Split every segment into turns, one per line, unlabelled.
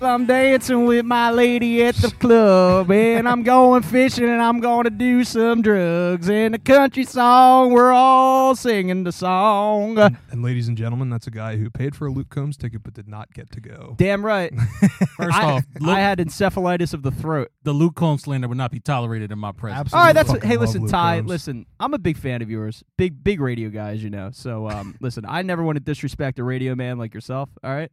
I'm dancing with my lady at the club, and I'm going fishing, and I'm going to do some drugs. And a country song, we're all singing the song.
And, and ladies and gentlemen, that's a guy who paid for a Luke Combs ticket but did not get to go.
Damn right.
First
I,
off, Luke,
I had encephalitis of the throat.
the Luke Combs slander would not be tolerated in my presence.
All right, that's
fucking
hey.
love
Listen,
Luke
Ty.
Combs.
Listen, I'm a big fan of yours. Big, big radio guys, you know. So, um, listen, I never want to disrespect a radio man like yourself. All right,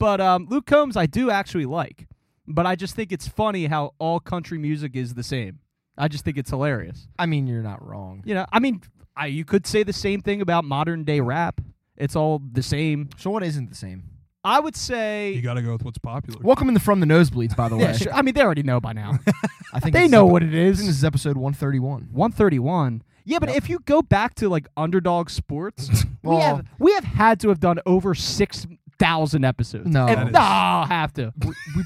but um, Luke Combs, I do actually like, but I just think it's funny how all country music is the same. I just think it's hilarious.
I mean, you're not wrong.
You know, I mean, I you could say the same thing about modern day rap. It's all the same.
So what isn't the same?
I would say.
You got to go with what's popular.
Welcome in the From the Nosebleeds, by the way.
yeah, sure. I mean, they already know by now.
I think
they
this is
know
epi-
what it
I think this
is.
is episode 131.
131. Yeah, but
Yep.
if you go back to like underdog sports, we,
Well-
have, we have had to have done over 6,000 episodes.
No.
And,
That is-
no, have to.
We- we-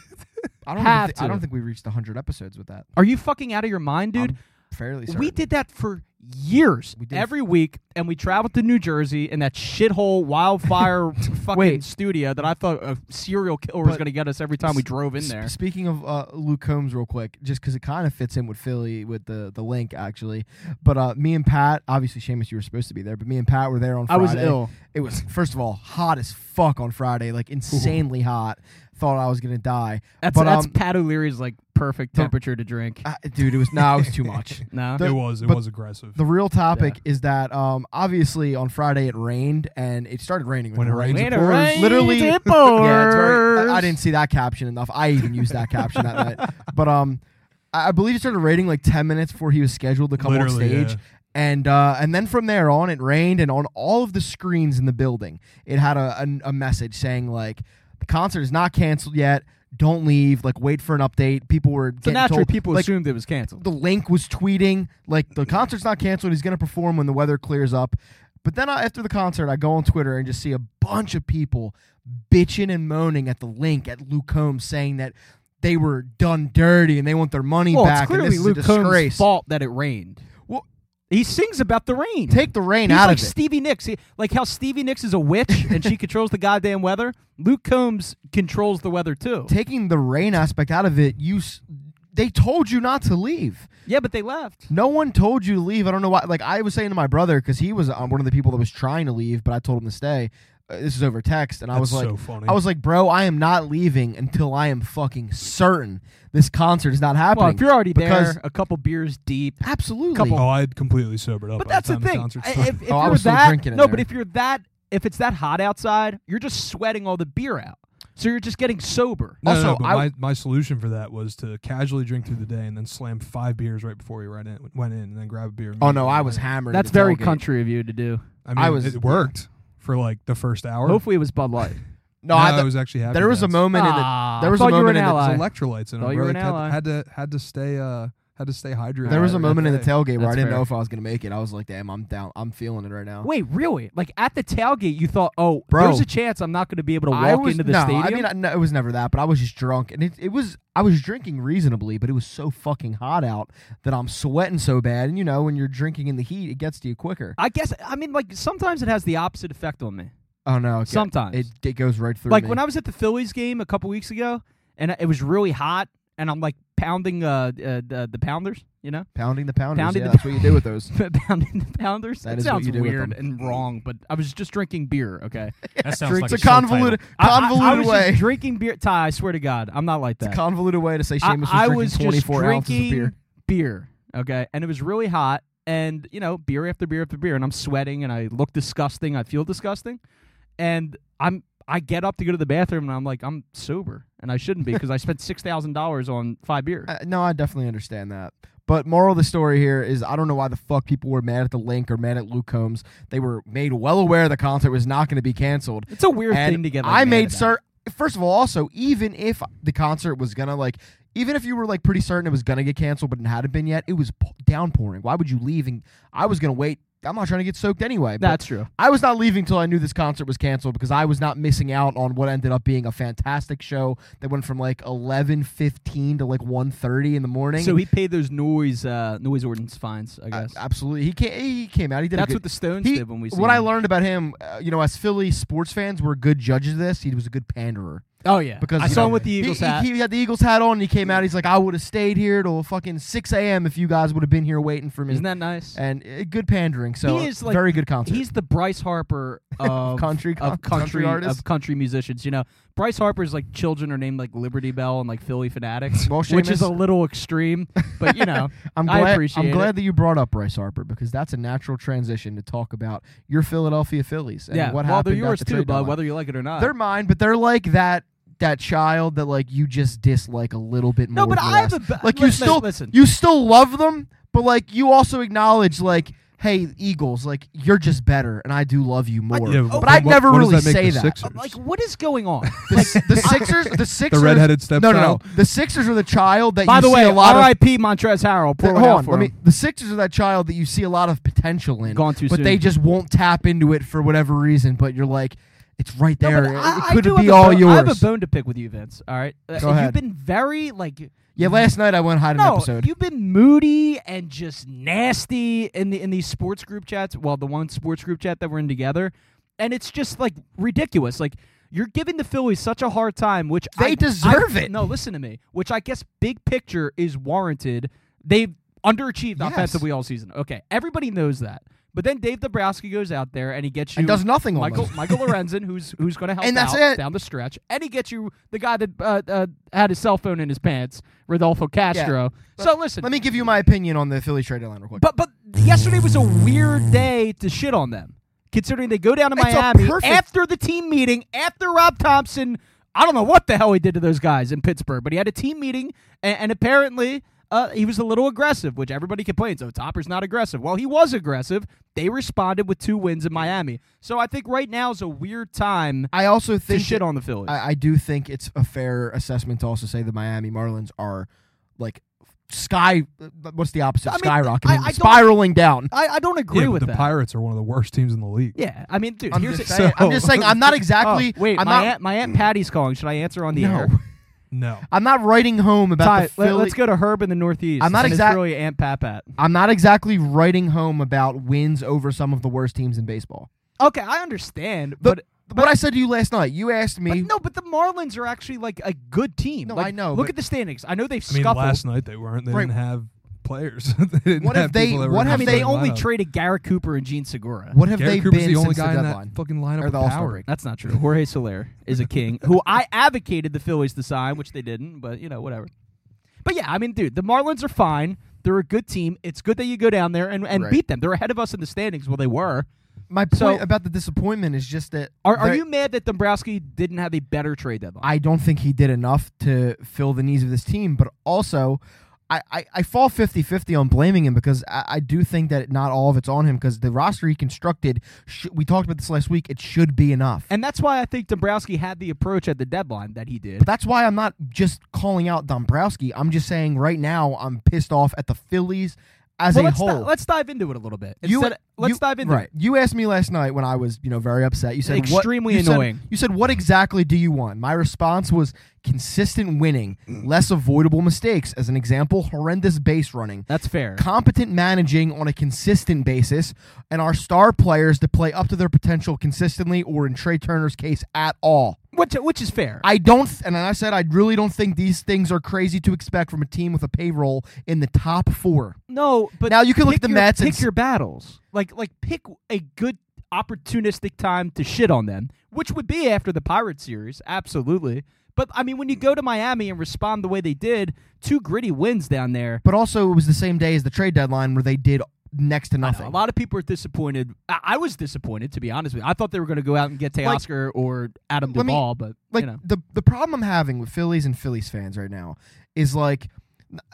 I don't
Have
even thi- I
to.
don't think we reached 100 episodes with that.
Are you fucking out of your mind, dude?
I'm fairly certain.
we did that for years.
We did.
Every week, and we traveled to New Jersey in that shithole wildfire fucking
Wait.
studio that I thought a serial killer was
But-
going to get us every time we drove in
S-
there.
Speaking of uh, Luke Combs, real quick, just because it kind of fits in with Philly with the the link actually. But uh, me and Pat, obviously Seamus, you were supposed to be there, but me and Pat were there on.
I
Friday.
was ill.
It was first of all hot as fuck on Friday, like insanely hot. Thought I was gonna die,
That's,
but
that's
um,
Pat O'Leary's like perfect
the-
temperature to drink.
I- Uh, dude, it was no, it was too much.
no?
it was. It
but-
was aggressive.
The real topic is that um, obviously on Friday it rained and it started raining.
When it rains,
When
it
it
pours.
rains,
Literally-
it
Yeah, it's very,
pours.
I, I didn't see that caption enough. I even used that caption that night. But um, I, I believe he started raiding like ten minutes before he was scheduled to come
Literally,
on stage.
yeah.
And uh, and then from there on, it rained, and on all of the screens in the building, it had a, a, a message saying like, "The concert is not canceled yet. Don't leave. Like, wait for an update." People were
So
getting
naturally,
told,
people
like,
assumed it was canceled.
the link was tweeting like the concert's not canceled he's going to perform when the weather clears up but then I, after the concert i go on twitter and just see a bunch of people bitching and moaning at the link at luke combs saying that they were done dirty and they want their money
well,
back
it's clearly
and this
Luke
is a disgrace
Combs' fault that it rained.
Well-
he sings about the rain.
take the rain
He's
out
like
of it
Stevie Nicks. He- like how Stevie Nicks is a witch and she controls the goddamn weather. Luke Combs controls the weather too.
taking the rain aspect out of it you s- they told you not to leave
yeah, but they left.
No one told you to leave. I don't know why. Like I was saying to my brother because he was um, one of the people that was trying to leave, but I told him to stay. Uh, this is over text, and I was
That's
like,
so funny.
I was like, bro, I am not leaving until I am fucking certain this concert is not happening.
Well, if you're already
because-
there, a couple beers deep.
absolutely,
Couple-
oh, I'd completely sobered up.
But
by
that's the
time
thing.
concert
I-
started.
If, if
Oh, I
you're
was still
that,
drinking in
no,
there.
but if you're that, if it's that hot outside, you're just sweating all the beer out. So you're just getting sober.
No, no,
Also,
no, but
I-
my, my solution for that was to casually drink through the day and then slam five beers right before we went in, went in and then grab a beer.
oh no,
immediately.
I was hammered.
That's
at the
very
tailgate.
country of you to do.
I mean,
I was-
it worked for like the first hour.
Hopefully, it was Bud Light.
No,
I,
I, th-
was actually happy.
there was a
that's-
moment in the
Ah,
there
I
was a
thought you were
moment
an
in the-
ally.
There's electrolytes in
Thought
them.
you were
bro.
an
Had-
ally.
Had, to had to stay uh had to stay hydrated.
there was a
that
moment in the
day.
tailgate where I
That's
didn't
fair.
know if I was gonna make it. I was like, damn, I'm down. I'm feeling it right now.
Wait, really? Like at the tailgate, you thought, oh,
Bro.
there's a chance I'm not going to be able to
I
walk
was,
into the
no,
stadium.
I mean, I, no, it was never that, but I was just drunk, and it, it was I was drinking reasonably, but it was so fucking hot out that I'm sweating so bad, and you know, when you're drinking in the heat, it gets to you quicker.
I guess I mean like sometimes it has the opposite effect on me.
Oh no, it,
Sometimes.
it, it goes right through.
like
me.
when I was at the Phillies game a couple weeks ago, and it was really hot, and I'm like pounding uh, uh the, the pounders, you know,
pounding the pounders,
Pounding
yeah,
the-
that's what you do with those.
pounding the pounders.
That
it
is what
sounds
you do with
weird
them.
and wrong, but I was just drinking beer. Okay,
That sounds like
it's a
show title.
convoluted,
I- I-
convoluted
I was just
way,
drinking beer. Ty, I swear to God, I'm not like that.
convoluted way to say Seamus was
I, I
drinking
was
24
just
ounces
drinking
of beer.
beer, Okay, and it was really hot, and you know, beer after beer after beer, and I'm sweating, and I look disgusting, I feel disgusting, and I'm I get up to go to the bathroom, and I'm like, I'm sober, and I shouldn't be because I spent six thousand dollars on five beers.
Uh, no, I definitely understand that. But moral of the story here is I don't know why the fuck people were mad at the link or mad at Luke Combs. They were made well aware the concert was not going to be canceled.
It's a weird
And
thing to get. Like,
I
mad
made
about.
cer First of all, also even if the concert was gonna like, even if you were like pretty certain it was gonna get canceled, but it hadn't been yet, it was p- downpouring. Why would you leave? And I was gonna wait I'm not trying to get soaked anyway. But
That's true.
I was not leaving till I knew this concert was canceled because I was not missing out on what ended up being a fantastic show that went from like 11:15 to like 1:30 in the morning.
So he paid those noise uh, noise ordinance fines, I
Uh,
guess.
absolutely, he came. He came out. He did.
That's
a
what
good,
the Stones
he-
did when we.
what
seen
I
them.
learned about him, uh, you know, as Philly sports fans, we're good judges of this. He was a good panderer
Oh yeah,
because
I
you
saw
know,
him with the
he-
Eagles
he,
hat.
He, had the Eagles hat on. and He came out. He's like, I would have stayed here till fucking 6 a.m. if you guys would have been here waiting for me.
Isn't that nice?
and uh, good pandering. So
He is, like,
very good concert.
He's the Bryce Harper of
Country con-
of country,
country artists?
of country musicians. You know, Bryce Harper's like children are named like Liberty Bell and like Philly Fanatics,
Well,
which is a
Seamus-
little extreme, but you know,
I'm
I
glad,
appreciate
am glad
it.
that you brought up Bryce Harper because that's a natural transition to talk about your Philadelphia Phillies and
yeah. well,
what
they're
happened. at
yours
the
too,
trade
bud,
deadline.
whether you like it or not.
They're mine, but they're like that that child that like you just dislike a little bit more.
no, but
than the
I have
rest.
a ba-
like you
listen,
still
listen.
you still love them, but like you also acknowledge like. Hey Eagles, like you're just better, and I do love you more.
Yeah,
Oh, but
what-
I
what-
never
what does
really
that make
say
the
that.
Sixers?
Uh, like, what is going on?
The, the Sixers, the
the
Sixers,
redheaded
no,
stepchild.
no, no. The Sixers are the child that
By
you
the
see
way,
a lot of
R.I.P. Montrezl Harrell. Pour
Th-
one
hold
out
on,
for
let
him.
me. The Sixers are that child that you see a lot of potential in,
Gone too
but
soon.
they just won't tap into it for whatever reason. But you're like, it's right
No,
there.
but
It-
I-
it
I
could
do
be
have a
all
bone- I have a
yours.
bone to pick with you, Vince. All right, Uh,
Go
you've
ahead.
been very like
yeah, last night I went hide an
no,
episode.
you've been moody and just nasty in the in these sports group chats. Well, the one sports group chat that we're in together, and it's just like ridiculous. Like you're giving the Phillies such a hard time, which
They
I-
deserve
I-
it.
No, listen to me. Which I guess big picture is warranted. They've underachieved
Yes.
offensively all season. Okay, everybody knows that. But then Dave Dabrowski goes out there and he gets you
And does nothing almost.
Michael Michael Lorenzen, who's who's going to help
And that's
out
it.
down the stretch, and he gets you the guy that uh, uh, had his cell phone in his pants, Rodolfo Castro. So listen,
Let me give you my opinion on the Philly trade deadline real quick.
but but yesterday was a weird day to shit on them, considering they go down to
It's a
Miami
perfect-
after the team meeting, after Rob Thompson. I don't know what the hell he did to those guys in Pittsburgh, but he had a team meeting, and, and apparently uh, he was a little aggressive, which everybody complains. Oh, Topper's not aggressive. Well, he was aggressive. They responded with two wins in Miami. So I think right now is a weird time
I also
to
think
shit on the Phillies.
I, I do think it's a fair assessment to also say the Miami Marlins are like sky. What's the opposite?
I mean,
Skyrocketing,
I- I don't-
spiraling down.
I, I don't agree
yeah, but
with
the
that.
Pirates are one of the worst teams in the league.
yeah, I mean, dude,
I'm
here's
just,
the-
saying, I'm
so-
just saying. I'm not
Oh,
exactly.
wait,
I'm
my
not,
aunt, my aunt Patty's calling. Should I answer on the
No.
air?
No,
I'm not writing home about
Ty,
the
let,
Philly.
us go to Herb in the Northeast.
I'm not
and it's
exact-
really Aunt Papat.
I'm not exactly writing home about wins over some of the worst teams in baseball.
Okay, I understand,
The-
but,
what I said to you last night, you asked
but
me.
no, but the Marlins are actually like a good team.
No,
Like,
I know,
Look
but-
at the standings. I know they've
I mean
scuffled.
last night they weren't. They
Right.
didn't have players. they didn't
What
have
have they-
people that were
what
in
I
have
the
mean, they
they
only
lineup.
traded Garrett Cooper and Gene Segura.
what have
Garrett
they
Cooper's
been
the only
since
guy
the
in
deadline?
that fucking lineup
Or
with
the All-Star
power.
break.
That's not true. Jorge Soler is a king who I advocated the Phillies to sign, which they didn't, but you know, whatever. But yeah, I mean, dude, the Marlins are fine. They're a good team. It's good that you go down there and, and
Right.
beat them. They're ahead of us in the standings. Well, they were.
My point
So-
about the disappointment is just that.
Are, are
they-
you mad that Dombrowski didn't have a better trade deadline?
I don't think he did enough to fill the needs of this team, but also. I, I, I fall 50 50 on blaming him because I, I do think that not all of it's on him because the roster he constructed, sh- we talked about this last week, it should be enough.
And that's why I think Dombrowski had the approach at the deadline that he did.
But that's why I'm not just calling out Dombrowski. I'm just saying right now I'm pissed off at the Phillies as
Well,
a
let's, di-
whole.
let's dive into it a little bit.
You-
Instead- let's
you-
dive into
right.
it.
You asked me last night when I was, you know, very upset. You said what-
Extremely
you said-
annoying.
you said what exactly do you want? My response was consistent winning, less avoidable mistakes. As an example, horrendous base running.
That's fair.
Competent managing on a consistent basis, and our star players to play up to their potential consistently, or in Trey Turner's case, at all.
Which, which is fair.
I don't, th- and I said I really don't think these things are crazy to expect from a team with a payroll in the top four.
no, but
Now you can look
pick
at the
your-
Mets and
pick
s-
your battles. Like like pick a good opportunistic time to shit on them, which would be after the Pirate series, absolutely. But I mean, when you go to Miami and respond the way they did, two gritty wins down there.
But also, it was the same day as the trade deadline where they did next to
A
nothing.
lot of people are disappointed. I, I was disappointed, to be honest with you. I thought they were going to go out and get Teoscar or Adam
let me-
Duvall, but
Like
you know,
the the problem I'm having with Phillies and Phillies fans right now is like,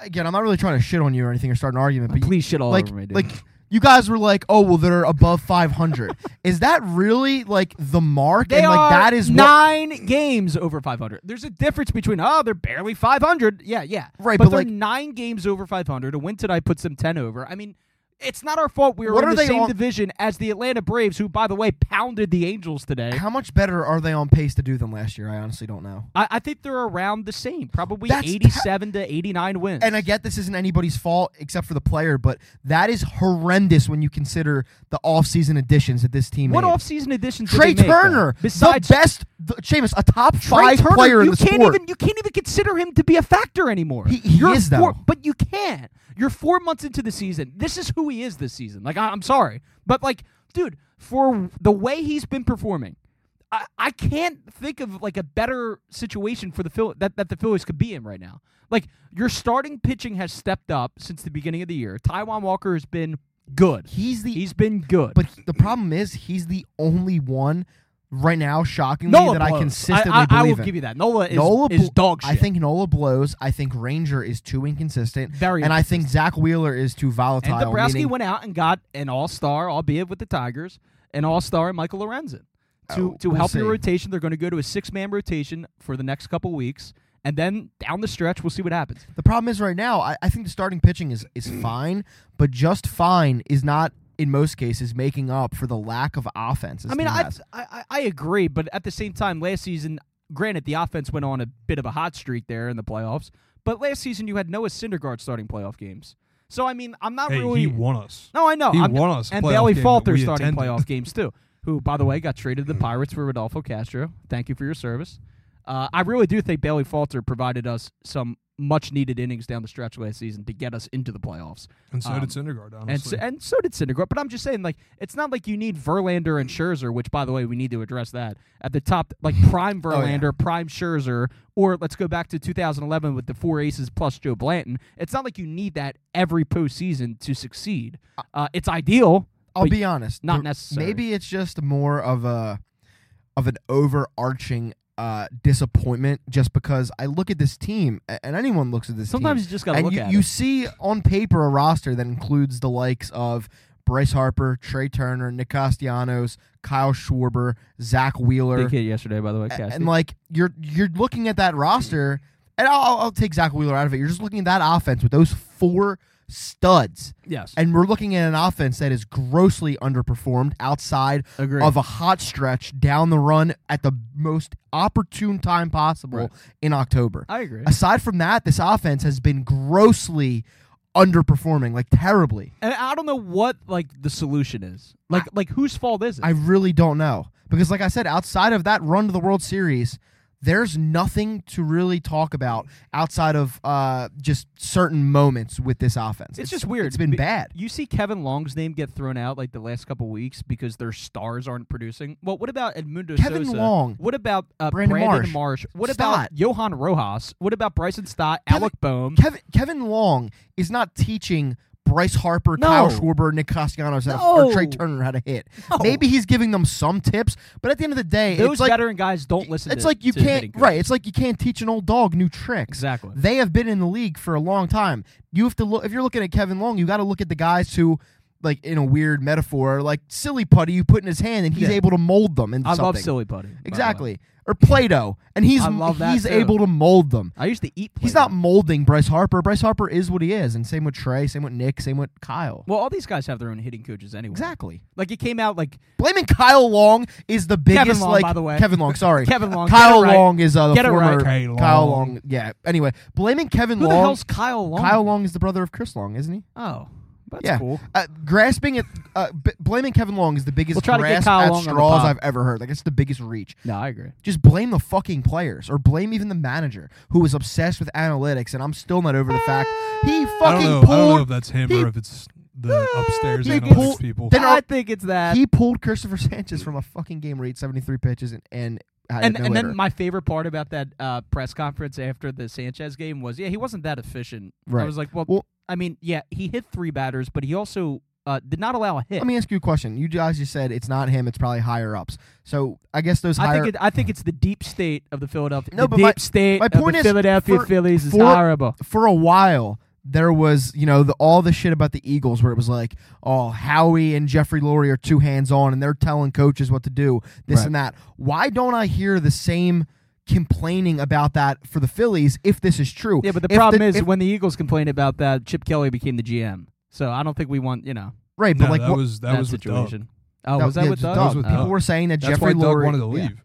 again, I'm not really trying to shit on you or anything or start an argument, but you-
please shit all
like
over me, dude.
like you guys were like, oh well, they're above 500. is that really like the mark?
they
and like
are
that is what-
nine games over 500. There's a difference between oh, they're barely 500. Yeah, yeah,
Right,
But,
but
they're
like-
nine games over 500. A win tonight puts them 10 over. I mean, It's not our fault we were
What
in
are
the
they
same
on-
division as the Atlanta Braves, who, by the way, pounded the Angels today.
How much better are they on pace to do than last year? I honestly don't know.
I, I think they're around the same, probably
That's ta-
87 to 89 wins.
And I get this isn't anybody's fault except for the player, but that is horrendous when you consider the offseason additions that this team
what
made.
offseason additions? did
Trey
they make, though?
Turner,
besides
the best, the, Seamus, a top
Trey
five
Turner,
player in
you
the
can't
sport.
even you can't even consider him to be a factor anymore.
He- he
You're
is,
four-
though.
but you can. You're four months into the season. This is who he is this season. Like I, I'm sorry, but like, dude, for the way he's been performing, I, I can't think of like a better situation for the Phil that, that the Phillies could be in right now. Like your starting pitching has stepped up since the beginning of the year. Taiwan Walker has been good.
he's the
He's been good.
But the problem is, he's the only one right now, shockingly,
Nola
that I
blows.
consistently
I, I
believe
will
in.
give you that. Nola is
Nola
is
blo-
dog shit.
I think Nola blows. I think Ranger is too inconsistent.
Very
and I think Zach Wheeler is too
And
volatile.
Dabrowski
meaning-
went out and got an all star, albeit with the Tigers, an all star in Michael Lorenzen to,
Oh,
to
we'll
help
see.
your rotation. They're going to go to a six man rotation for the next couple weeks. And then down the stretch, we'll see what happens.
the problem is right now, I, I think the starting pitching is, is fine, but just fine is not, in most cases, making up for the lack of offense. this
I mean,
team
I,
has.
I I- I agree, but at the same time, last season, granted, the offense went on a bit of a hot streak there in the playoffs. But last season, you had Noah Syndergaard starting playoff games. So I mean, I'm not
Hey,
really.
he won us.
No, I know.
He
I'm-
won us a
And
playoff
Bailey
game
Falter
that we
starting
attended.
playoff games too. Who, by the way, got traded to the Pirates for Rodolfo Castro. Thank you for your service. Uh, I really do think Bailey Falter provided us some much needed innings down the stretch last season to get us into the playoffs.
And so
Um,
did Syndergaard,
And so,
honestly.
and so did Syndergaard. But I'm just saying, like, it's not like you need Verlander and Scherzer, which, by the way, we need to address that at the top, like
Oh,
prime Verlander, prime Scherzer, or let's go back to 2011 with the four aces plus Joe Blanton. It's not like you need that every postseason to succeed. Uh, it's ideal.
I'll
but
be honest.
not
there-
necessary.
Maybe it's just more of a of an overarching uh, disappointment, just because I look at this team, a- and anyone looks at this
Sometimes
team,
you just gotta
and
look
you,
at
you
it.
see on paper a roster that includes the likes of Bryce Harper, Trey Turner, Nick Castellanos, Kyle Schwarber, Zach Wheeler,
Big hit yesterday, by the way,
a-
Cassidy.
and like you're you're looking at that roster, and I'll, I'll- I'll take Zach Wheeler out of it. You're just looking at that offense with those four studs.
yes,
And we're looking at an offense that is grossly underperformed outside
Agreed.
of a hot stretch down the run at the most opportune time possible
Right.
in October.
I agree.
Aside from that, this offense has been grossly underperforming, like terribly.
and I don't know what like the solution is. Like, like whose fault is it?
I really don't know. Because, like I said, outside of that run to the World Series, there's nothing to really talk about outside of uh, just certain moments with this offense.
It's, just weird.
It's been
Be-
bad.
You see Kevin Long's name get thrown out like the last couple weeks because their stars aren't producing. Well, what about Edmundo
Kevin
Sosa?
Long.
What about uh,
Brandon Marsh.
What
Stott.
about Johan Rojas? What about Bryson Stott?
Kevin-
Alec Boehm?
Kevin Kevin Long is not teaching Bryce Harper,
No.
Kyle Schwarber, Nick Castellanos, how to- or Trey
No.
Turner how to hit.
No.
Maybe he's giving them some tips, but at the end of the day,
Those
it's like
veteran guys don't listen.
it's
to,
like you
to hitting
can't
coaches.
right. It's like you can't teach an old dog new tricks.
Exactly.
They have been in the league for a long time. You have to look if you're looking at Kevin Long, you got to look at the guys who. Like in a weird metaphor, like silly putty you put in his hand, and he's
Yeah.
able to mold them into
I
something.
love silly putty. by the way.
exactly, or Play-Doh, and he's
I love that
he's
too.
able to mold them.
I used to eat.
He's
Play-Doh.
not molding Bryce Harper. Bryce Harper is what he is, and same with Trey, same with Nick, same with Kyle.
Well, all these guys have their own hitting coaches anyway.
Exactly.
Like it came out like
Blaming Kyle Long is the biggest.
Long,
like
by the way.
Kevin Long. Sorry,
Kevin Long.
Kyle
Get it right.
Long is uh, the
Get it
former
right.
Kyle
Kyle
Long.
Long. Yeah. Anyway, blaming Kevin
Who the
Long.
hell's Kyle Long?
Kyle Long is the brother of Chris Long, isn't he?
Oh, that's
yeah.
cool.
Uh, grasping at uh, b- blaming Kevin Long is the biggest
We'll try to get
grasp
Kyle
at
Long on the
straws
pod.
I've ever heard. Like it's the biggest reach.
No, I agree.
Just blame the fucking players, or blame even the manager who is obsessed with analytics. And I'm still not over the fact he fucking
I don't know.
pulled.
I don't know if that's him
he-
or if it's the upstairs
he
analytics
pulled-
people.
Then
I
I'll-
think it's that.
he pulled Christopher Sanchez from a fucking game where he had 73 pitches and, and had
and
no
and
hitter.
then my favorite part about that uh, press conference after the Sanchez game was, yeah, he wasn't that efficient. I
Right.
was like, well,
Well-
I mean, yeah, he hit three batters, but he also uh, did not allow a hit.
Let me ask you a question. You guys just said it's not him, it's probably higher ups. So I guess those
I
higher
think it, I think it's the deep state of the Philadelphia.
No,
the
but
deep
my-
state
my
of
point
the
is,
Philadelphia
for-
Phillies is
for-
horrible.
for a while there was, you know, the, all the shit about the Eagles where it was like, oh, Howie and Jeffrey Lurie are too hands on and they're telling coaches what to do, this
Right.
and that. Why don't I hear the same complaining about that for the Phillies if this is true?
Yeah, but the
If
problem
the-
is
if-
when the Eagles complained about that, Chip Kelly became the GM. So I don't think we want you know
Right,
No,
but like
that
what,
was that,
that,
was with Doug.
situation. Oh,
that-
was that
yeah,
with
just
Doug?
That was with
oh.
people were saying that
That's
Jeffrey
why Doug
Lurie
wanted to
yeah.
leave.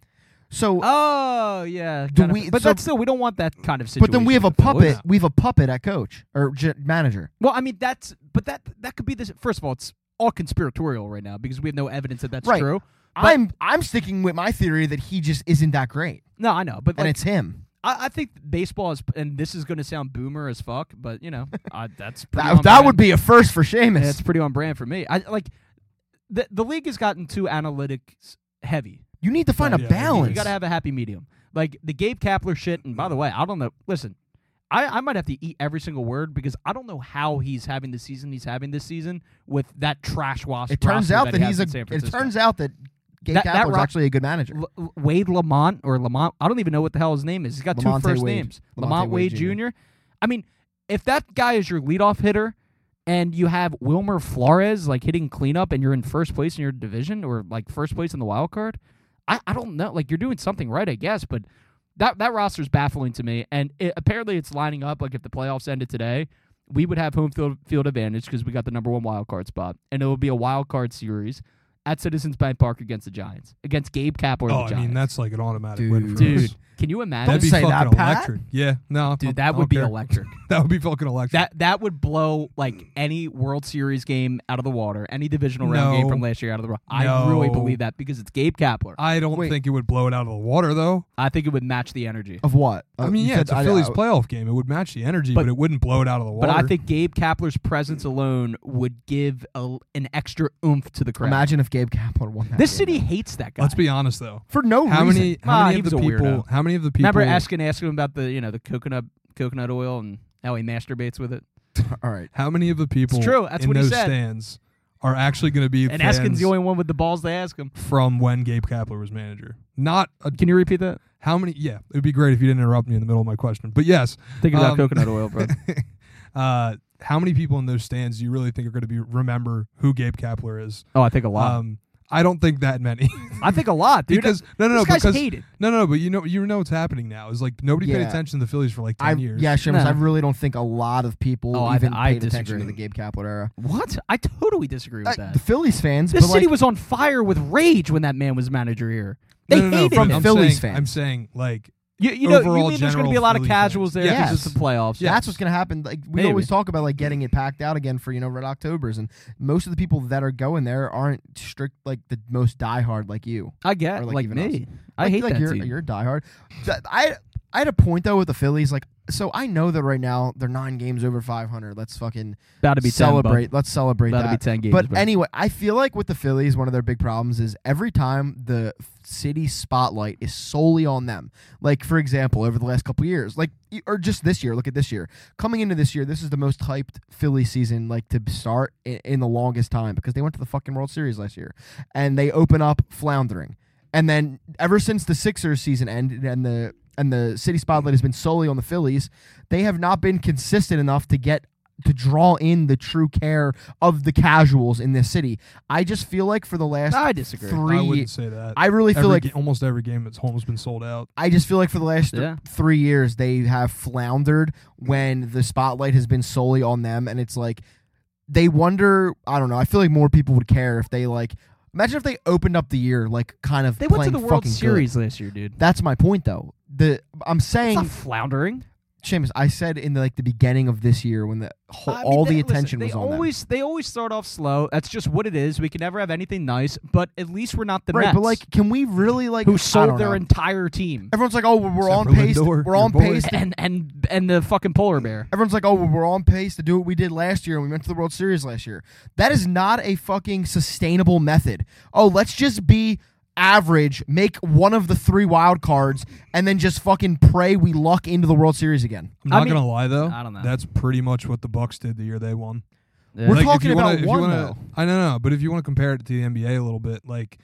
So,
Oh yeah,
Do
kind of-
we-
but
so-
that's still we don't want that kind of situation.
but then we have a
with the
puppet.
Phillies.
We have a puppet at coach or j- manager.
Well, I mean that's but that that could be this. First of all, it's all conspiratorial right now because we have no evidence that that's
Right.
true. But-
I'm I'm sticking with my theory that he just isn't that great,
No, I know, but
and
like,
it's him.
I, I think baseball is, and this is going to sound boomer as fuck, but you know, I, that's pretty on
That, that
brand.
would be a first for Seamus.
Yeah, it's pretty on brand for me. I like the the league has gotten too analytics heavy.
you need to find
Yeah,
a
you
balance.
You got to have a happy medium. Like the Gabe Kapler shit. And by the way, I don't know. Listen, I, I might have to eat every single word because I don't know how he's having the season he's having this season with that trash wash.
it turns
roster
out
that,
that
he
he's
has
a.
in San
It
Francisco.
turns out that Gabe
That- that
Kapler's
rock-
actually a good manager.
L- L- Wade Lamont or Lamont. I don't even know what the hell his name is. He's got
Lamonte
two first
Wade.
names.
Lamonte
Lamont Wade,
Wade
Jr. I mean, if that guy is your leadoff hitter and you have Wilmer Flores like hitting cleanup and you're in first place in your division or like first place in the wild card, I, I don't know. Like you're doing something right, I guess, but that that roster is baffling to me. And it, apparently, it's lining up like if the playoffs ended today. We would have home field, field advantage because we got the number one wild card spot, and it would be a wild card series at Citizens Bank Park against the Giants, against Gabe Kapler.
Oh,
and the
I
Giants.
mean that's like an automatic win for
Dude,
us.
can you imagine?
That'd be
say that,
fucking
Pat.
electric. Yeah, no,
Dude,
I- I
that would
don't
be
care.
electric.
That would be fucking electric.
that that would blow like any World Series game out of the water, any divisional round
No.
game from last year out of the water. I really
No.
believe that because it's Gabe Kapler.
I don't
Wait.
think it would blow it out of the water though.
I think it would match the energy.
Of what?
I
Uh,
mean,
you
yeah,
said-
it's a
I-
Phillies
I-
playoff game. It would match the energy,
But-
but, it wouldn't blow it out of the water.
But I think Gabe Kapler's presence alone would give a, an extra oomph to the crowd.
Imagine if Gabe Kapler won that.
this
game,
city
though.
hates that guy.
let's be honest though.
for no
How
reason.
many?
Ah,
How
he
many of
was
the
a
people?
weird
How many of the people?
Remember asking asking him about the you know the coconut coconut oil and how he masturbates with it.
All right.
How many of the people?
true. That's
in
what he
those
said.
stands are actually going to be
And
fans
Askin's the only one with the balls to ask him.
from when Gabe Kapler was manager. Not a,
Can you repeat that?
how many? Yeah, it would be great if you didn't interrupt me in the middle of my question. But yes,
Thinking about
Um,
coconut oil, bro.
uh, how many people in those stands do you really think are going to be remember who Gabe Kapler is?
Oh, I think a lot.
Um, I don't think that many.
I think a lot, dude.
um, because no, no, no,
These guys
because
hate it.
no, no, no, but you know, you know what's happening now is like nobody paid
Yeah.
attention to the Phillies for like ten
I,
years.
yeah, Seamus,
No.
I really don't think a lot of people
Oh, I-
even
I
paid attention
disagree.
to the Gabe Kapler era.
What? I totally disagree with
Like,
that.
Uh, the Phillies fans,
This
but
city
like,
was on fire with rage when that man was manager here. They
no, no, no,
hated
but
him.
him.
I'm
Phillies
saying,
fans.
I'm saying like
You, you know, you
overall
mean there's going to
general
be a lot of
Philly
casuals there
fans.
because
Yes.
it's the playoffs.
Yeah.
that's what's gonna happen. Like we
Maybe.
always talk about, like getting it packed out again for you know Red October's, and most of the people that are going there aren't strict like the most diehard like you.
I get
Or
like,
like even
me. I
Like-
hate
like
that
you're,
team.
You're diehard. Th- I I had a point though with the Phillies. Like, so I know that right now they're nine games over 500. Let's fucking
That'd be 10, bud.
celebrate. Let's celebrate
That'd
that.
be ten games.
But
bud.
anyway, I feel like with the Phillies, one of their big problems is every time the city spotlight is solely on them. Like for example, over the last couple years, like y- or just this year. Look at this year. Coming into this year, this is the most hyped Philly season like to start in, in the longest time because they went to the fucking World Series last year, and they open up floundering. And then ever since the Sixers season ended and the and the city spotlight has been solely on the Phillies, they have not been consistent enough to get to draw in the true care of the casuals in this city. I just feel like for the last
I disagree.
I
three,
wouldn't say that.
I really feel
Every
like
ga- almost every game that's home has been sold out.
I just feel like for the last th-
Yeah.
three years they have floundered when the spotlight has been solely on them, and it's like they wonder. I don't know. I feel like more people would care if they like. Imagine if they opened up the year like kind of
They went to
playing
the World
fucking good.
Series last year, dude.
That's my point though. The I'm
It's
saying
not floundering.
Seamus, I said in the, like the beginning of this year when the whole,
I mean,
all
they-
the
listen,
attention
they
was on them.
always, They always start off slow. That's just what it is. We can never have anything nice, but at least we're not the
right,
Mets,
but like, can we really like I
who
don't
sold their
know.
entire team
Everyone's like, oh, well, we're
Except
on
for
pace.
Lindor,
we're
your
on
boy.
pace. To,
and and and the fucking polar bear.
everyone's like, oh, well, we're on pace to do what we did last year. when We went to the World Series last year. That is not a fucking sustainable method. Oh, let's just be average, make one of the three wild cards, and then just fucking pray we luck into the World Series again.
I'm
I
not
mean-
gonna lie though.
I don't know.
That's pretty much what the Bucks did the year they won.
Yeah.
We're
Like, if
talking
you
about
wanna- if you
one
wanna-
though.
I don't know, but if you want to compare it to the NBA a little bit, like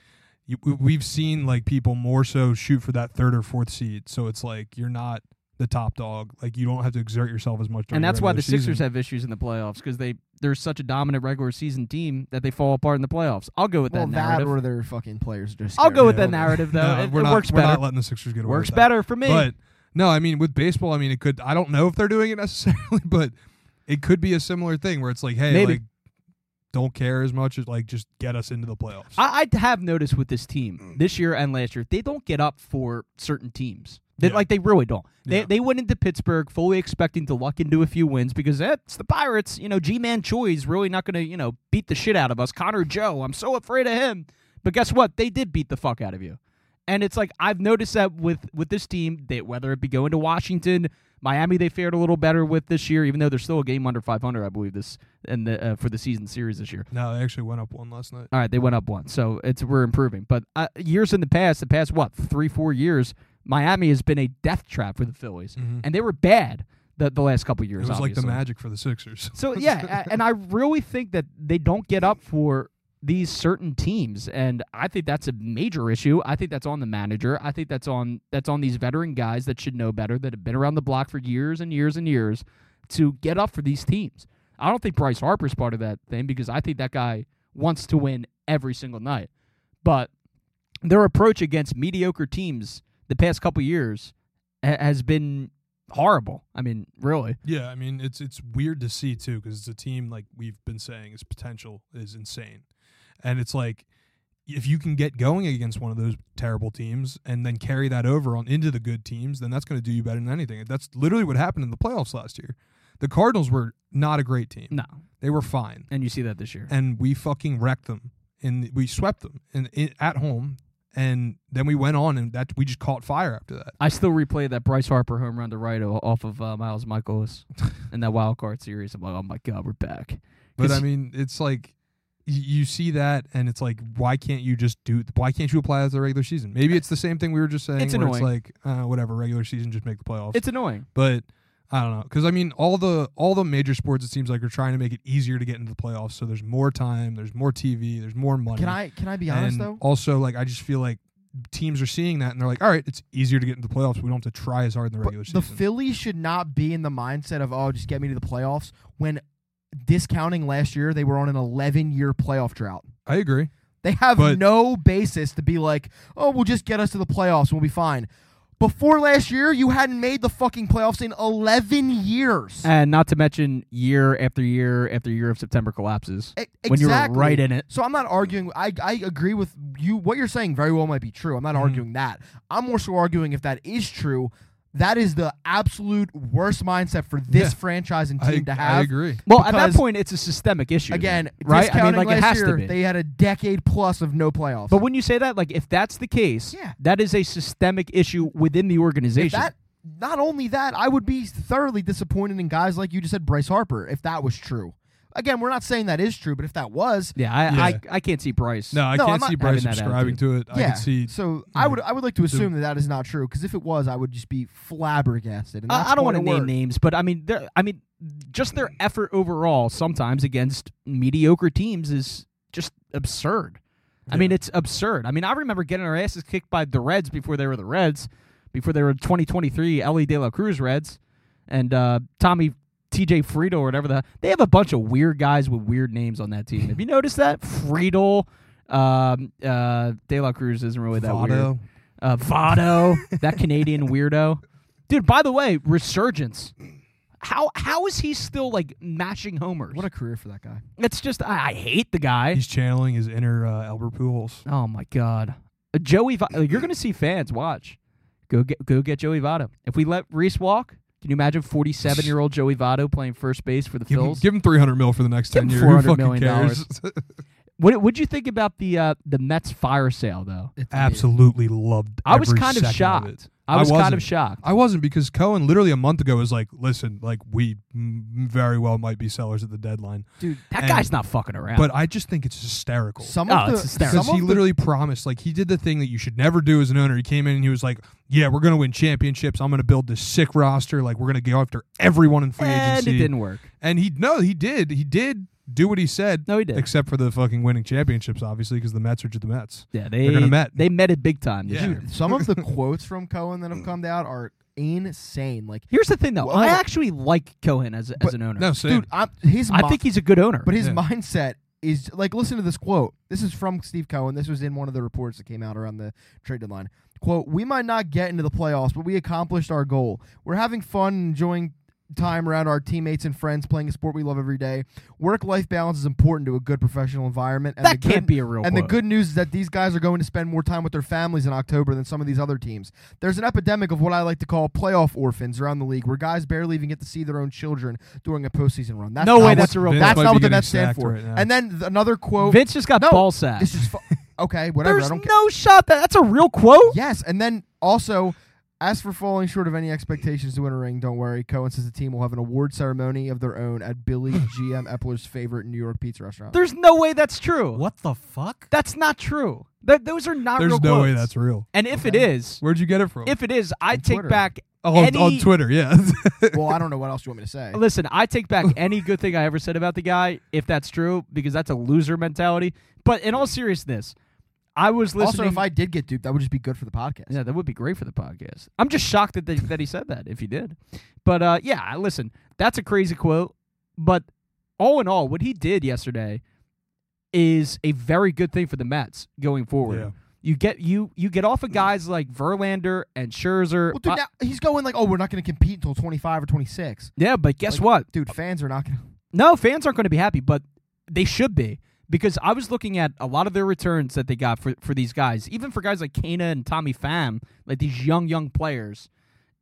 you, we- we've seen like people more so shoot for that third or fourth seed. So it's like you're not the top dog. Like you don't have to exert yourself as much. during
and that's why
regular
the Sixers
season.
have issues in the playoffs because they they're such a dominant regular season team that they fall apart in the playoffs. I'll go with
Well,
that
that
narrative.
or their fucking players are just.
I'll go
scared.
with that
Yeah,
narrative though.
No,
it
we're
it
not,
works
we're
better.
not letting the Sixers get away.
works
with that.
better for me.
But no, I mean with baseball, I mean it could. I don't know if they're doing it necessarily, but it could be a similar thing where it's like, hey,
Maybe.
like don't care as much as like just get us into the playoffs.
I, I have noticed with this
Mm.
team this year and last year, they don't get up for certain teams. They,
Yeah.
Like they really don't. They
Yeah.
they went into Pittsburgh fully expecting to luck into a few wins because that's the Pirates. You know, G Man Choi's really not going to you know beat the shit out of us. Connor Joe, I'm so afraid of him. But guess what? They did beat the fuck out of you. And it's like I've noticed that with with this team, that whether it be going to Washington, Miami, they fared a little better with this year, even though they're still a game under 500, I believe this and the, uh, for the season series this year.
no, they actually went up one last night.
All right, they went up one, so it's we're improving. But uh, years in the past, the past what three, four years, Miami has been a death trap for the Phillies,
Mhm.
and they were bad the, the last couple years.
It was like the
obviously.
magic for the Sixers.
So yeah, a- and I really think that they don't get up for these certain teams, and I think that's a major issue. I think that's on the manager. I think that's on that's on these veteran guys that should know better that have been around the block for years and years and years to get up for these teams. I don't think Bryce Harper's part of that thing because I think that guy wants to win every single night, but their approach against mediocre teams the past couple years ha- has been horrible. I mean, really.
Yeah, I mean it's it's weird to see too because it's a team like we've been saying its potential is insane, and it's like if you can get going against one of those terrible teams and then carry that over on into the good teams, then that's going to do you better than anything. That's literally what happened in the playoffs last year. The Cardinals were not a great team.
No,
They were fine,
and you see that this year.
and we fucking wrecked them, and we swept them, and in, at home, and then we went on, and that we just caught fire after that.
I still replay that Bryce Harper home run to right o- off of uh, Miles Michaelis in that wild card series. I'm like, oh my god, we're back.
But
'Cause-
I mean, it's like y- you see that, and it's like, why can't you just do? Why can't you apply that to the regular season? Maybe it's the same thing we were just saying.
It's
where
annoying.
like uh, whatever regular season, just make the playoffs.
It's annoying.
but I don't know because I mean, all the all the major sports it seems like are trying to make it easier to get into the playoffs. So there's more time, there's more TV, there's more money.
Can I can I be honest
and
though?
Also, like I just feel like teams are seeing that and they're like, all right, it's easier to get into the playoffs. We don't have to try as hard in the
But
regular season.
the Phillies should not be in the mindset of oh, just get me to the playoffs. When discounting last year, they were on an 11 year playoff drought.
I agree.
They have
But-
no basis to be like, oh, we'll just get us to the playoffs and we'll be fine. Before last year, you hadn't made the fucking playoffs in 11 years.
And not to mention year after year after year of September collapses
E-
when you were
exactly.
right in it.
So I'm not arguing. I, I agree with you. What you're saying very well might be true. I'm not
Mm-hmm.
arguing that. I'm more so arguing if that is true, that is the absolute worst mindset for this
Yeah.
franchise and
I,
team to have.
I agree.
Well, at
Because-
that point, it's a systemic issue.
Again,
right? I mean,
discounting
like it
last
has
year,
to be.
they had a decade plus of no playoffs.
but when you say that, like if that's the case,
Yeah.
that is a systemic issue within the
if
organization.
that, not only that, I would be thoroughly disappointed in guys like you just said, Bryce Harper, if that was true. Again, we're not saying that is true, but if that was,
yeah, I,
Yeah.
I, I can't see Bryce.
No, I
No, I'm
can't
not
see Bryce
having that
subscribing to it. I
yeah.
can see
so
yeah.
I would, I would like to assume that that is not true because if it was, I would just be flabbergasted. And
I, I don't want to name
names.
names, but I mean, they're- I mean, just their effort overall sometimes against mediocre teams is just absurd. I
Yeah.
mean, it's absurd. I mean, I remember getting our asses kicked by the Reds before they were the Reds, before they were 2023 Ellie De La Cruz Reds, and uh, Tommy TJ Friedel or whatever the. They have a bunch of weird guys with weird names on that team. have you noticed that Friedel? Um, uh, De La Cruz isn't really that weird
Votto.
uh, Votto, that Canadian weirdo. Dude, by the way, resurgence. How how is he still like matching homers?
What a career for that guy.
it's just I, I hate the guy.
He's channeling his inner uh, Albert Pujols.
Oh my god, Uh, Joey, Va- uh, you're gonna see fans watch. Go get go get Joey Votto. If we let Reese walk, can you imagine 47 year old Joey Votto playing first base for the
Give him,
Phils?
give him three hundred mil for the next
Give
ten
him
years. Who
$400
fucking
million
cares?
What would you think about the uh, the Mets fire sale though?
Absolutely loved.
I was
every
kind of
second
shocked.
it.
I was kind
wasn't.
of shocked.
I wasn't because Cohen literally a month ago was like, "Listen, like we m- very well might be sellers at the deadline,"
Dude,
That
and-
guy's not fucking around.
but I just think it's hysterical.
some
Oh,
of
it's
the,
hysterical.
some
because he
of the
literally promised, like he did the thing that you should never do as an owner. He came in and he was like, "Yeah, we're going to win championships. I'm going to build this sick roster. Like we're going to go after everyone in free
and
agency."
it didn't work.
And he no, he did. He did do what he said.
No, he didn't.
Except for the fucking winning championships, obviously, because the Mets are just the Mets.
Yeah, they
gonna met.
They met it big time this
Yeah.
year.
some of the quotes from Cohen
Mm.
that have come out are insane. Like,
Here's the thing, though.
Well,
I
hold on.
actually like Cohen as, as an owner.
No, same.
dude, I'm, his
I
mi-
think he's a good owner.
But his
Yeah.
mindset is like listen to this quote. This is from Steve Cohen. This was in one of the reports that came out around the trade deadline. Quote, "We might not get into the playoffs, but we accomplished our goal. We're having fun and enjoying time around our teammates and friends playing a sport we love every day. Work life balance is important to a good professional environment. And the
that
good-
can't be a real
and the
quote.
good news is that these guys are going to spend more time with their families in October than some of these other teams. There's an epidemic of what I like to call playoff orphans around the league, where guys barely even get to see their own children during a postseason run. Oh, That's
No
not
way
what-
that's a real
Vince
quote.
that's
might
not
be
what the
getting
Mets stand
sacked
for.
right now.
and then th- another quote.
Vince just got
No,
ball sacked.
This is fu- okay. Whatever. I
There's
don't. ca-
no shot that that's a real quote.
yes, and then also. As for falling short of any expectations to win a ring, don't worry. Cohen says the team will have an award ceremony of their own at Billy GM Epler's favorite New York pizza restaurant.
There's no way that's true.
What the fuck?
That's not true. Th- those are not
There's
real
no
quotes.
way that's real.
And if it
Okay.
is,
Where'd you get it from?
if it is, I
On
take
Twitter.
back.
oh, on, on
any-
Twitter, yeah.
well, I don't know what else you want me to say.
Listen, I take back any good thing I ever said about the guy, if that's true, because that's a loser mentality. But in all seriousness, I was listening.
Also, if I did get duped, that would just be good for the podcast.
Yeah, that would be great for the podcast. I'm just shocked that they, that he said that. If he did, but uh, yeah, I- listen, that's a crazy quote. But all in all, what he did yesterday is a very good thing for the Mets going forward.
Yeah.
You get you you get off of guys like Verlander and Scherzer.
Well, dude,
Uh,
now he's going like, oh, we're not going to compete until 25 or 26.
yeah, but guess
like-
what?
Dude, fans are not going to.
No, fans aren't going to be happy, but they should be because I was looking at a lot of their returns that they got for, for these guys, even for guys like Kana and Tommy Pham, like these young young players,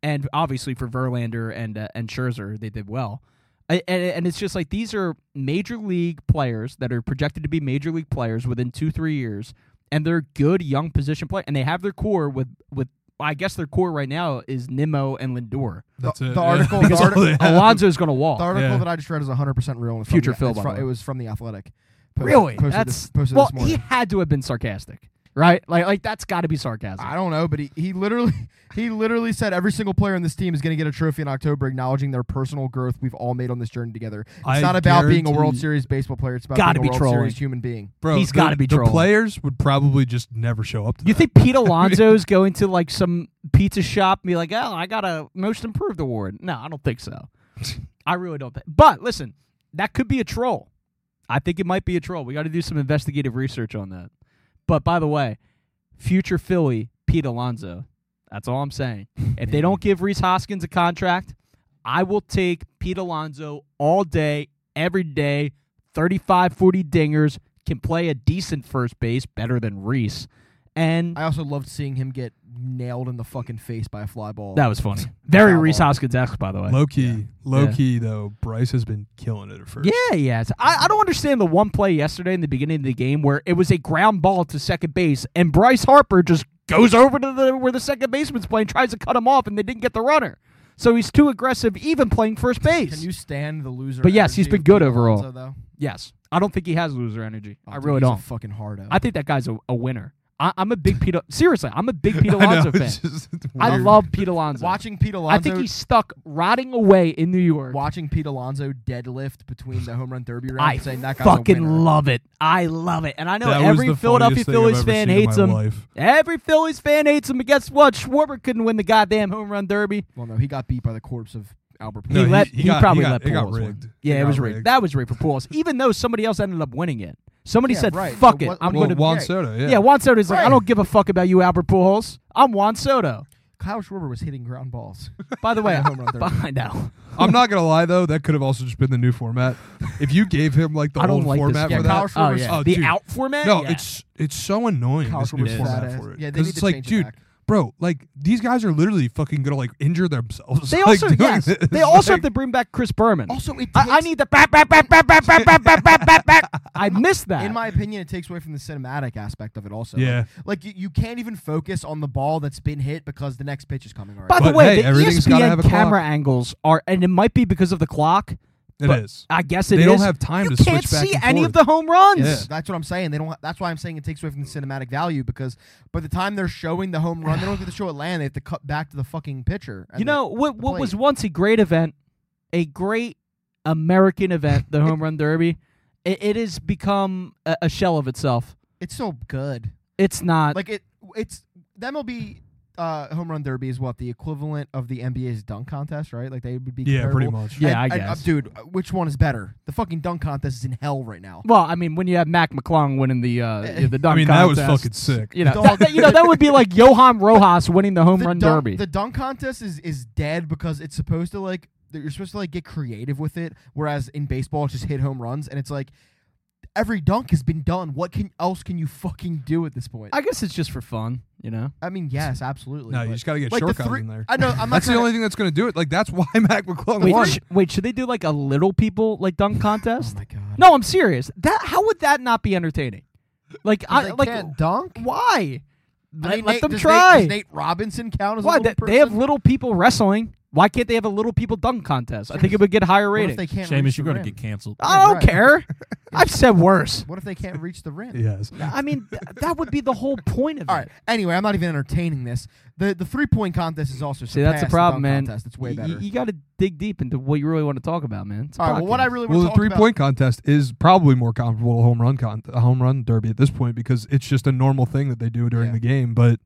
and obviously for Verlander and uh, and Scherzer, they did well. I, and, and it's just like these are major league players that are projected to be major league players within two three years, and they're good young position play, and they have their core with with I guess their core right now is Nimmo and Lindor.
That's
the,
it.
the
yeah.
article, the,
That's all
arti-
they have.
Alonzo's going to
the
walk.
article
Yeah.
that I just read is 100% real. And it's
Oh, Future
from
Phil,
the, it's
by
from-
the way.
It was from The Athletic. Po-
Really?
Posted
that's
this, posted
well,
this morning.
he had to have been sarcastic, right? Like, like that's got to be sarcasm.
I don't know, but he, he literally he literally said every single player in this team is going to get a trophy in October, acknowledging their personal growth we've all made on this journey together. It's
I
not about being a World
guarantee-
Series baseball player. It's about
Gotta
being a
be
World
trolling.
Series human being.
Bro,
He's
the-
gotta be
The
trolling.
players would probably just never show up. To
you
that.
think Pete Alonso's going to like some pizza shop and be like, "Oh, I got a most improved award"? No, I don't think so. I really don't think. But listen, that could be a troll. I think it might be a troll. We got to do some investigative research on that. But by the way, future Philly Pete Alonso. That's all I'm saying. If they don't give Reese Hoskins a contract, I will take Pete Alonso all day, every day, 35, 40 dingers, can play a decent first base, better than Reese. And
I also loved seeing him get nailed in the fucking face by a fly ball.
that was funny. Very
Foul
Reese
ball.
Hoskins esque, by the way.
low key, low
Yeah.
key though, Bryce has been killing it at first.
Yeah, yeah. It's- I, I don't understand the one play yesterday in the beginning of the game where it was a ground ball to second base, and Bryce Harper just goes over to the where the second baseman's playing, tries to cut him off, and they didn't get the runner. So he's too aggressive, even playing first
Can
base.
you stand the loser?
But yes, he's
energy
been
of
good
Pete
overall.
Alonso, though?
yes, I don't think he has loser energy.
Oh,
I
dude,
really
he's a
don't.
fucking hardo.
I think that guy's a, a winner. I, I'm a big Pete. Seriously, I'm a big Pete
I know,
Alonso fan.
it's just
I
weird.
love Pete Alonso.
watching Pete
I
Alonso.
think he's stuck rotting away in New York.
watching Pete Alonso deadlift between the home run derby round.
I
and saying that guy's a winner.
fucking love it. I love it. And I know
That was
every
the
Philadelphia
funniest thing
Phillies fan
I've ever seen in
hates
my
him.
life.
Every Phillies fan hates him, but guess what? Schwarber couldn't win the goddamn home run derby.
Well, no, he got beat by the corpse of Albert.
No,
he,
Pujols.
let
he
he,
got-
probably
he got-
let
it got
Pujols win.
rigged.
Yeah,
It
it,
got
was rigged.
rigged.
That was rigged for Pujols. Even though somebody else ended up winning it. Somebody
Yeah,
said,
right.
"Fuck
So
it,
what-
I'm
well,
going to."
Juan
yeah.
Soto. Yeah,
Yeah, Juan Soto's like,
Right.
"I don't give a fuck about you, Albert Pujols. I'm Juan Soto."
Kyle Schwarber was hitting ground balls.
By the way,
Yeah, home run derby.
I know.
I'm not gonna lie though, that could have also just been the new format. If you gave him like the
I don't
old
like
format
this.
Yeah,
for
Kyle
that,
oh,
Schwarber's-
yeah.
Oh,
the
dude.
out format.
no,
Yeah.
it's it's so annoying
Kyle
this new
Schwarber's fat
format
ass.
for it.
Yeah, they
'Cause
need
it's
to
like,
change it
dude,
back.
bro, like these guys are literally fucking gonna like injure themselves.
They
like,
also
doing
yes,
this.
they also
Like,
have to bring back Chris Berman.
Also, it takes,
I, I need the bat bat bat bat bat bat bat bat bat bat bat. I missed that.
In my opinion, it takes away from the cinematic aspect of it. Also,
Yeah.
like, like you, you can't even focus on the ball that's been hit because the next pitch is coming. Already.
By the
But
way, the
hey,
E
everything's
ESPN
gotta have a clock.
camera angles are, and it might be because of the clock.
It
but
is.
I guess it
They
is.
don't have time
you
to
can't
switch back
see
and
any of
forth.
the home runs.
Yeah.
That's what I'm saying. They don't. ha- That's why I'm saying it takes away from the cinematic value because by the time they're showing the home run, they don't get to show it land. They have to cut back to the fucking pitcher. and
You
the-
know what?
the
What
plate.
was once a great event, a great American event, the home run derby. It, it has become a, a shell of itself.
it's so good.
Uh, It's not.
Like it. It's the MLB uh, home run derby is what the equivalent of the NBA's dunk contest, right? Like they would be
yeah, pretty
comparable.
much.
Yeah, I
uh,
guess.
dude, uh, which one is better? The fucking dunk contest is in hell right now.
Well, I mean, when you have Mac McClung winning the uh,
Eh,
you know, the dunk
I mean,
contest,
that was fucking sick.
You know,
Dog.
that, you know that would be like Johan Rojas winning the home
the
run
dunk,
derby.
The dunk contest is is dead because it's supposed to like that you're supposed to like get creative with it, whereas in baseball it's just hit home runs, and it's like every dunk has been done. What can else can you fucking do at this point? I,
I guess it's just for fun, you know.
mean, yes, absolutely.
No, you
but-
just got to get
like the
shortcuts
three-
in there.
I know. I'm not
that's the
trying to-
only thing that's going to do it. Like that's why Mac McClung
Wait,
won.
sh- wait, should they do like a little people like dunk
Oh
contest?
my god.
no, I'm serious. That how would that not be entertaining? Like, I
they
like
can't dunk.
why?
I
Let,
mean,
let
Nate-
them
does
try.
Nate, does Nate Robinson count as a
why
little
they, they have
person?
little people wrestling? Why can't they have a little people dunk contest? I think it would get higher
What
rating.
if they can't reach
Seamus,
the
you're going to
rim?
get
Oh,
canceled.
I don't
right.
care. I've said worse.
What if they can't reach the rim?
yes.
I mean, th- that would be the whole point of
All
it.
right. Anyway, I'm not even entertaining this. the The three point contest is also
See, that's the
surpassed
problem,
dunk
man.
Contest. It's way
Y- y-
better.
You, got to dig deep into what you really want to talk about, man. It's a
All right. Well, what I
podcast.
really
Well, the
want to talk
three
about.
point contest is probably more comparable to home run con- a home run derby at this point because it's just a normal thing that they do during
Yeah.
the game, but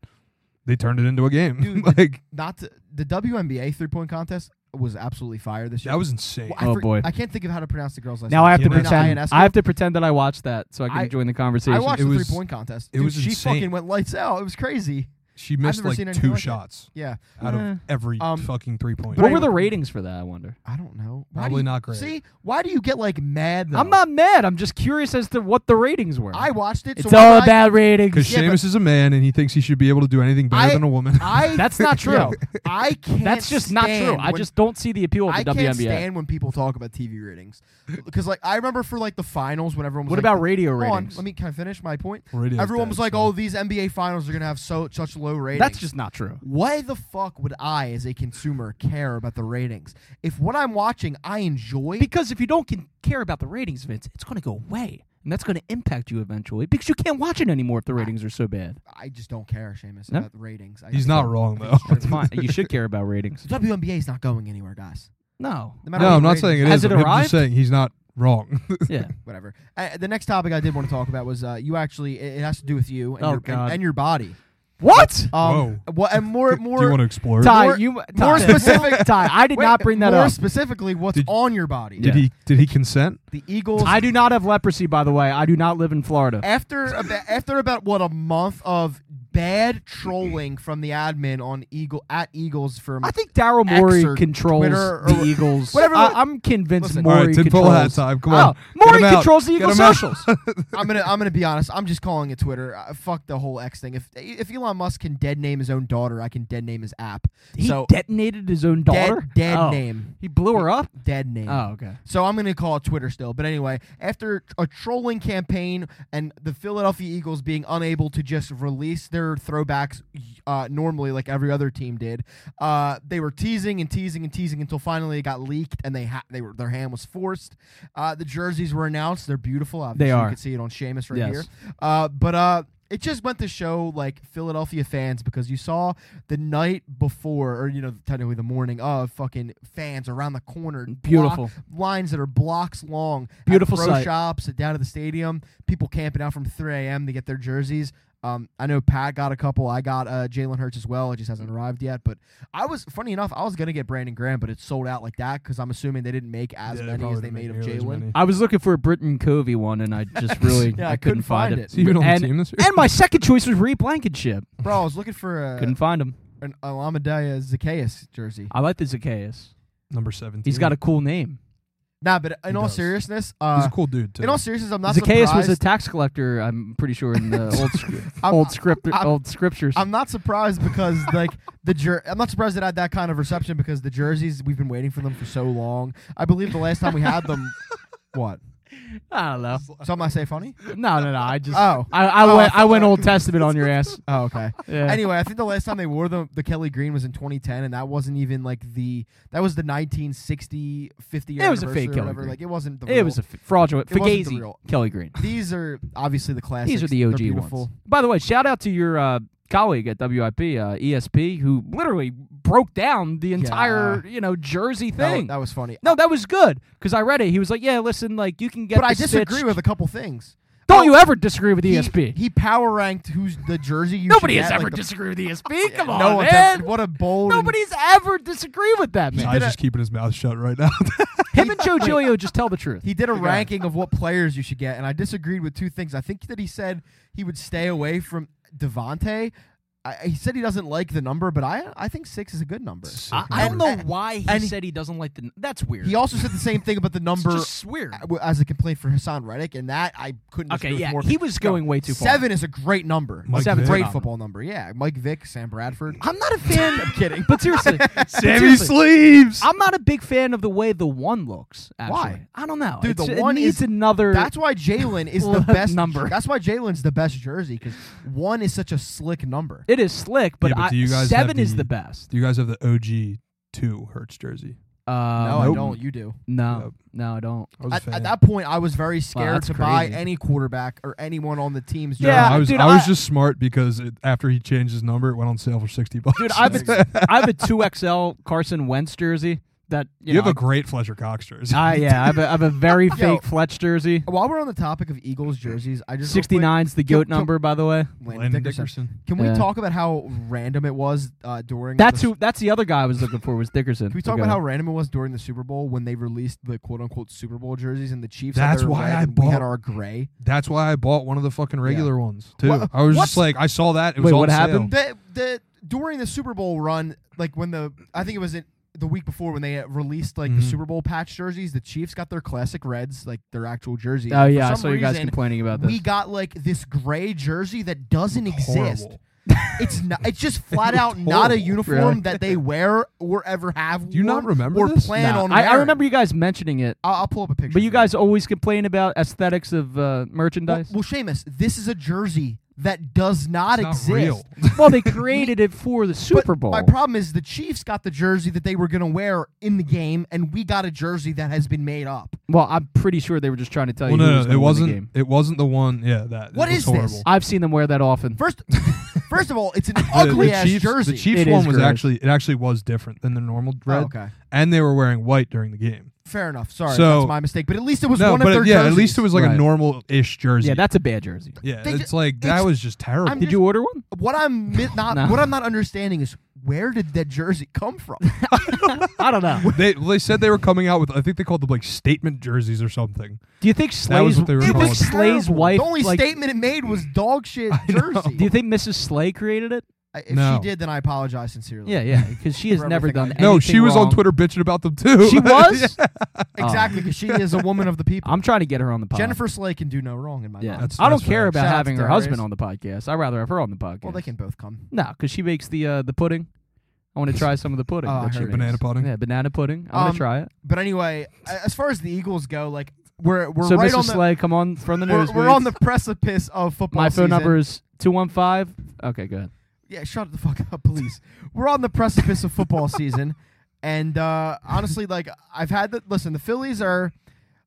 they turned it into a game.
Dude,
like
not to, the WNBA three point contest was absolutely fire this year.
that was insane.
Well, I
Oh,
for-
boy.
I can't think of how to pronounce the girls last.
now I have to
Yeah, man.
pretend.
I,
I have to pretend that I watched that so I can
I-
join the
I
conversation.
watched
It
the
was-
three point contest.
it
Dude,
was
she
insane.
fucking went lights out. It was crazy.
she missed
never
like
seen anything
two
like it.
shots
Yeah,
out
Eh.
of every
Um,
fucking three point.
what were
I-
the ratings for that? I wonder.
I don't know. Why do
Probably
you-
not great.
See, why do you get like mad? Though?
I'm not mad. I'm just curious as to what the ratings were.
I watched it.
it's
so
all
when I-
about ratings.
Because
Yeah, but-
Seamus is a man and he thinks he should be able to do anything better
I-
than a woman.
I
That's not true.
Yo, I can't.
That's just not true.
stand
I
when-
just don't see the appeal of
I
the
can't
WNBA.
stand when people talk about TV ratings because like I remember for like the finals when everyone was
What
like,
about radio
Hold on,
ratings?
let me can I finish my point?
Radio's
Everyone
dead,
was like,
so-
"Oh, these NBA finals are gonna have so such low ratings."
That's just not true.
why the fuck would I, as a consumer, care about the ratings? If what I'm watching I enjoy,
Because if you don't can care about the ratings, Vince, it's going to go away. And that's going to impact you eventually because you can't watch it anymore if the ratings are so bad.
I just don't care, Seamus,
No.
about the ratings. I
He's
just
not
don't.
wrong
I
though.
think it's
It's fine. you should care about ratings.
The WNBA is not going anywhere, guys.
No.
No matter
No,
what
I'm
the
not
ratings-
saying it is.
Has it
I'm
arrived?
just saying he's not wrong.
Yeah.
whatever. Uh, the next topic I did want to talk about was uh, you actually. It, it has to do with you and,
Oh,
your,
God.
and, and your body.
What?
Um,
Whoa.
Well, and more more
do you want to explore? it?
Ty,
More-
you
more
Ty.
specific-
Ty, I did
Wait,
not bring that
more
up.
specifically what's
Did-
on your body.
Did he did he consent?
The Eagles
I do not have leprosy, by the way. I do not live in Florida.
after about, after about what a month of bad trolling from the admin on Eagle at Eagles for
I think Daryl
X
Morey
or
controls
Twitter or
the Eagles.
whatever
I,
the-
I'm convinced
Listen.
Morey
All right, tinfoil
controls.
hat time. Come on.
Oh,
Get
Morey
him out.
controls the
Get
Eagles
him out.
socials.
I'm gonna I'm gonna be honest. I'm just calling it Twitter. Uh, fuck the whole X thing. If if Elon Musk can dead name his own daughter, I can dead name his app.
he
so
detonated his own
dead
daughter.
dead
Oh.
name
He blew her up.
dead name.
Oh, okay.
So I'm going to call it Twitter still. But anyway, after a trolling campaign and the Philadelphia Eagles being unable to just release their throwbacks uh, normally like every other team did, uh, they were teasing and teasing and teasing until finally it got leaked and they ha- they were their hand was forced. Uh, the jerseys were announced. They're beautiful. Obviously,
They are.
You can see it on Seamus right
Yes.
here. Uh, but uh, it just went to show like Philadelphia fans because you saw the night before, or you know, technically the morning of, fucking fans around the corner. block-
Beautiful.
lines that are blocks long. at
Beautiful
pro
sight.
shops down at the stadium. People camping out from 3 a.m. to get their jerseys. Um, I know Pat got a couple. I got uh, Jalen Hurts as well. It just hasn't arrived yet. But I was funny enough. I was gonna get Brandon Graham, but it sold out like that because I'm assuming they didn't make as
Yeah,
many
probably
as they
didn't
made of
make nearly as
Jalen.
many.
I was looking for a Britton Covey one, and I just really
Yeah,
I couldn't find it.
Is he even on the
and,
team this year?
and my second choice was Reed Blankenship.
Bro, I was looking for a,
Couldn't find him.
an Alameda Zacchaeus jersey.
I like the Zacchaeus.
Number 17.
Mm.
He's got a cool name.
Nah, but in
He
all
does.
seriousness,
He's
uh,
a cool dude too.
in all seriousness, I'm not
Zacchaeus
surprised.
was a tax collector. I'm pretty sure in the old script,
I'm-
old script,
I'm-
old scriptures.
I'm not surprised because like the jer- I'm not surprised it had that kind of reception because the jerseys we've been waiting for them for so long. I believe the last time we had them, what?
I don't know.
Something I say funny?
No, no, no. I just
Oh,
I, I
Oh, I
went I
thought-
went Old Testament on your ass.
oh, okay.
Yeah.
Anyway, I think the last time they wore the the Kelly Green was in 2010, and that wasn't even like the that was the 1960 50 year
It was a
anniversary
fake
or
Kelly
whatever.
Green.
Like it wasn't the
it
real-
was a f- fraudulent
It wasn't the
Fugazi
real-
Kelly Green.
these are obviously the classics.
These are the OG
They're beautiful.
ones. By the way, shout out to your uh, colleague at WIP, uh, ESP, who literally broke down the entire you know jersey
That wa-
thing.
That, was funny.
no, that was good because I read it. He was like, "Yeah, listen, like you can get."
but I
the
disagree
stitched-
with a couple things. Oh,
Don't you ever disagree
E
with ESP?
He, he power ranked who's the jersey you
Nobody
should
has
get,
ever
like the-
disagreed with ESP. Come on,
no
Oh,
one's
man.
ever- What a bold. and-
Nobody's ever disagreed with that man.
did
Ty's
a-
just keeping his mouth shut right now.
Him and Joe Gilio just tell the truth.
He did a ranking of what players you should get, and I disagreed with two things. I think that he said he would stay away from Devontae. I, he said he doesn't like the number, but I I think six is a good number.
I, I don't know why he
and he-
said he doesn't like the. n- That's weird.
He also said the same thing about the
It's
number
just weird.
w- as a complaint for Hassan Reddick, and that I couldn't.
Okay,
disagree with
yeah,
more.
he was
No,
going way too far.
Seven is a great number.
Mike
Seven's a
Vick.
great football number. Yeah, Mike Vick, Sam Bradford.
I'm not a fan.
I'm kidding.
But seriously, but
Sammy
seriously,
sleeves.
I'm not a big fan of the way the one looks. Actually.
Why?
I don't know.
Dude, the
It's-
one
it needs
is-
another.
That's why Jalen is the
Love
best
number.
That's why Jalen's the best jersey because one is such a slick number.
it is slick, but,
Yeah, but
I,
do you guys
seven
have
is the
the-
best.
Do you guys have the OG two Hertz jersey?
Uh,
no, I
nope.
don't. You do.
No,
Yep.
no, I don't.
I was a
At,
fan.
at that point, I was very scared
that's
to buy
crazy.
any quarterback or anyone on the team's
No,
jersey.
Yeah,
I was.
dude,
I was
I-
just smart because it, after he changed his number, it went on sale for sixty bucks.
Dude, I have a, I have a two XL Carson Wentz jersey that you,
you have
know,
a great Fletcher Cox jersey.
I- I- yeah, I have a, I have a very
Yo.
fake Fletch jersey.
While we're on the topic of Eagles jerseys, I just real quick-
69's the goat
Can- can-
number, by the way.
Landon Dickerson. Can
Yeah.
we talk about how random it was uh, during?
That's
the,
who. That's the other guy I was looking for was Dickerson.
Can we talk
Okay.
about how random it was during the Super Bowl when they released the quote unquote Super Bowl jerseys and the Chiefs? had
That's
their
why
red
I
and we had
bought-
our gray.
That's why I bought one of the fucking regular ones too.
What-
I was
what's-
just like, I saw that. It
Wait,
was on
what
sale.
happened?
The, the during the Super Bowl run, like when the I think it was in the week before when they uh, released like the
Mm-hmm.
Mhm.
Super Bowl patch jerseys, the Chiefs got their classic reds, like their actual jersey.
Oh
And for
yeah, I
some
saw you guys
reason,
complaining about this.
we got like this gray jersey that doesn't exist.
Horrible.
It's not. It's just flat out not a
horrible.
uniform
Really?
that they wear or ever have.
Do you not
worn
remember
or
this?
plan
Nah,
on?
I, I
wearing.
remember you guys mentioning it,
I'll, I'll pull up a picture.
but you
for
guys always complain about aesthetics of uh,
Well,
merchandise.
well, Seamus, this is a jersey that does not
It's not
exist.
real.
Well, they created it for the
But
Super Bowl.
My problem is the Chiefs got the jersey that they were going to wear in the game, and we got a jersey that has been made up.
well, I'm pretty sure they were just trying to tell
Well,
Oh, you. who
no,
was
no,
gonna win
it wasn't.
The game.
It wasn't the one. Yeah, that.
What
it was
is this?
horrible.
I've seen them wear that often.
First, first of all, it's an
The-
ugly
the
ass
Chiefs,
jersey.
The Chiefs
It is
one was
gross.
actually it actually was different than the normal
Oh,
red,
okay,
and they were wearing white during the game.
fair enough. Sorry,
So-
that's my mistake. But at least it was
no,
one
but
of their
yeah,
jerseys.
at least it was like
Right.
a normal-ish jersey.
yeah, that's a bad jersey.
yeah.
They
It's
just-
like
it's-
that was just terrible.
I'm
Did you order one?
What I'm mi- not
No.
what I'm not understanding is where did that jersey come from?
I don't know.
they well, they said they were coming out with I think they called them like statement jerseys or something.
Do you think
That was
Slay's?
what they
Do
were
you think
called.
Slay's
Terrible.
wife?
The only
like,
statement it made was dog shit jersey.
Do you think Mrs. Slay created it?
I- if
No.
she did, then I apologize sincerely.
Yeah, yeah, because she has
For
never
everything
done.
I did.
No,
anything
she was
wrong.
on Twitter bitching about them too.
She was.
exactly, because she is a woman of the people.
I'm trying to get her on the podcast.
Jennifer Slay can do no wrong in my
Yeah,
mind.
That's-
I don't
that's
care
facts.
about
Shout out
having
to
her
Darius.
husband on the podcast. I'd rather have her on the podcast.
Well, they can both come.
No, because she makes the uh, the pudding. I want to try some of the pudding.
Oh, I
that she
heard it.
makes.
Banana pudding.
Yeah, banana pudding. I want to
Um,
try it.
But anyway, a- as far as the Eagles go, like we're we're
so,
right
Mrs.
on the
Slay, come on from the
we're,
news.
we're on the precipice of football.
My phone
season.
number is two one five. Okay, good.
Yeah, shut the fuck up, please. We're on the precipice of football season, and uh, honestly, like I've had the listen. The Phillies are,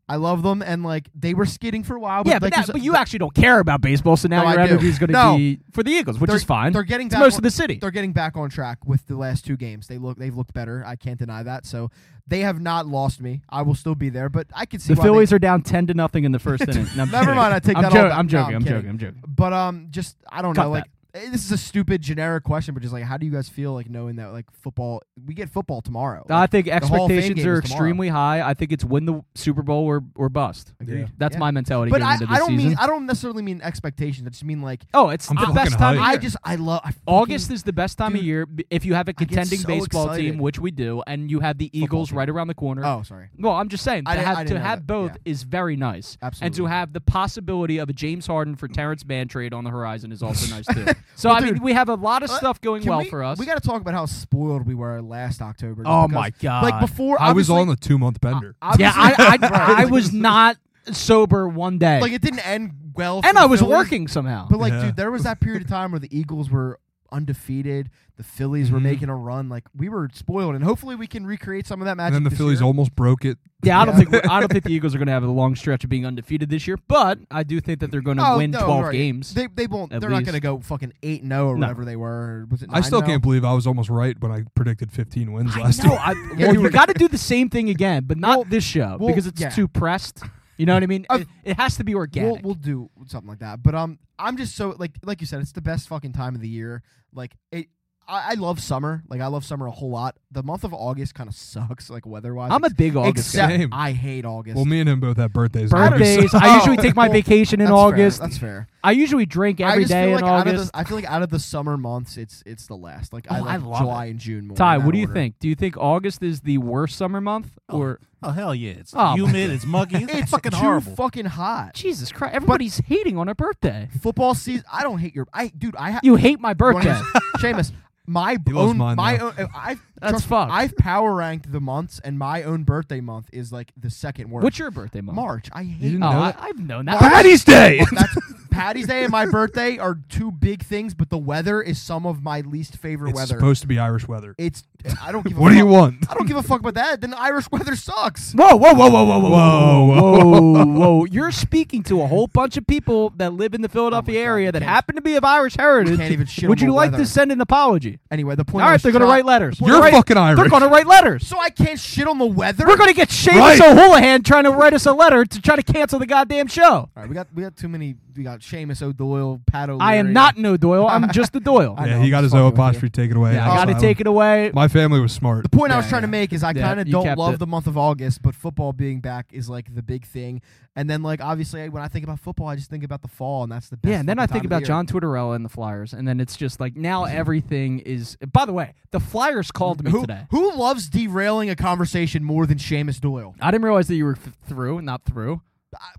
I love them, and like they were skidding for a while. But,
yeah, but,
like,
that,
there's-
but you actually don't care about baseball, so now
No,
your
I do.
energy is going to
No.
be for the Eagles, which
They're-
is fine.
They're getting
it's
back.
most
on,
of the city.
they're getting back on track with the last two games. They look they've looked better. I can't deny that. So they have not lost me. I will still be there, but I can see
The
why they-
Phillies are down ten to nothing in the first inning. No, I'm
Never
kidding.
mind, I take
I'm
that all
joking,
back.
I'm
No,
joking.
I'm
I'm
kidding.
joking. I'm joking.
But um, just I don't
Cut
know. Like eh, this is a stupid generic question, but just like how do you guys feel like knowing that like football we get football tomorrow?
I
Like,
think
Hall of Fame
expectations
game
are
is tomorrow.
extremely high. I think it's win the Super Bowl or or bust.
agreed.
That's
Yeah.
my mentality.
But
going
I,
into this
I don't
season.
mean I don't necessarily mean expectations. I just mean like
Oh, it's
I'm
the
fucking
best time. Of
hyped.
year.
I just I love I
August
fucking-
is the best time of
Dude,
year b- if you have a
get
contending
so
baseball
excited.
team, which we do, and you have the Eagles
team.
right around the corner.
Oh, sorry.
Well, I'm just saying to
I didn't- I
have
didn't
to
know
have
that.
both
Yeah.
is very nice, and to
Absolutely.
have the possibility of a James Harden for Terrence Mann trade on the horizon is also nice too. So
Well,
I mean,
dude,
we have a lot of
uh,
stuff going
Can
well
we-
for us.
We got to talk about how spoiled we were last October. just
oh
because-
my god!
Like before,
I was
obviously-
on a two-month bender.
Uh, yeah, I
obviously-
I, I
Right.
was not sober one day,
like it didn't end well. for
and
the
I was
Phillies,
working somehow.
But like,
Yeah.
dude, there was that period of time where the Eagles were undefeated, the Phillies were
Mm-hmm.
Mhm.
making a run. Like we were spoiled, and hopefully we can recreate some of that magic.
and then the
this
Phillies
year.
almost broke it.
yeah, I don't
yeah.
think I don't think the Eagles are going to have a long stretch of being undefeated this year, but I do think that they're going to
Oh,
win
no,
12
right.
games.
They they won't.
At
They're not
least.
going to go fucking eight and zero or
No.
whatever they were. or Was it?
I still
9-0?
can't believe I was almost right when I predicted 15 wins
I
last
know.
year.
I,
Yeah,
well,
you
you
were-
got to do the same thing again, but not
Well,
this show
well,
because it's
yeah.
too pressed. You know what I mean?
I've-
It, it has to be organic.
We'll, we'll do something like that. But um, I'm just so like like you said, it's the best fucking time of the year. Like it, I, I love summer. Like I love summer a whole lot. The month of August kind of sucks, like weather wise.
I'm a big August guy.
except
Same.
I hate August.
Well, me and him both have birthdays. in August.
Birthdays.
so-
I usually take my
Well,
vacation in
That's fair,
August.
that's fair.
I usually drink
I
every
just feel
day
like
in
out of
August.
the, I feel like out of the summer months, it's it's the last. Like I
Oh, I
like
love
July and June more.
Ty,
in
what
that
do you
order.
think? Do you think August is the worst summer month
Oh.
or
Oh hell yeah! It's
Oh, my
humid. It's muggy. It's,
It's
fucking
too
horrible.
Fucking hot.
Jesus Christ, everybody's hating on her birthday.
Football season. I don't hate your. I dude. I ha-
You hate my
You wanna
birthday.
hear some- Seamus, my b-
loves
own,
mine,
my
though.
own, I've
That's
trust me,
fucked.
I've power ranked the months, and my own birthday month is like the second worst.
What's your birthday month?
March? I hate.
Oh,
didn't
March.
know
I,
that?
I've known that.
Day.
That's Patty's Day and my birthday are two big things, but the weather is some of my least favorite
It's
weather.
supposed to be Irish weather.
it's I don't give. a
What do you
fuck-
want?
I don't give a fuck about that. Then Irish weather sucks.
Whoa, whoa, whoa, whoa, whoa, whoa,
Whoa, Oh, whoa,
whoa, whoa. You're speaking to a whole bunch of people that live in the Philadelphia
Oh God,
area
we
that
can't-
happen to be of Irish heritage.
can't even shit
Would
on
you
the
like
weather.
to send an apology?
Anyway, the
All
point. I
right,
was
they're going to
trying-
write letters.
You're
Right-
fucking
They're
Irish.
going to write letters.
So I can't shit on the weather.
We're going to get Seamus
Right.
O'Houlihan trying to write us a letter to try to cancel the goddamn show.
All right, we got we got too many. We got Seamus O'Doyle, Pat O'Leary.
I am not no Doyle. I'm just the Doyle.
I
yeah,
know,
he
I'm
got his
fucking
O
with you.
apostrophe taken away.
Yeah, I
That's
got to
why
take it away.
My family was smart.
The point I was
Yeah,
trying to
yeah.
make is I
Yeah,
kind of
you
don't
kept
love
it.
the month of August, but football being back is like the big thing. And then like obviously when I think about football, I just think about the fall, and that's the best.
Yeah, and then
fucking
I think
time of
about
the
John
year.
Tortorella and the Flyers, and then it's just like now everything is. By the way, the Flyers called me
who
today.
who loves derailing a conversation more than Seamus Doyle.
I didn't realize that you were f- through, not through.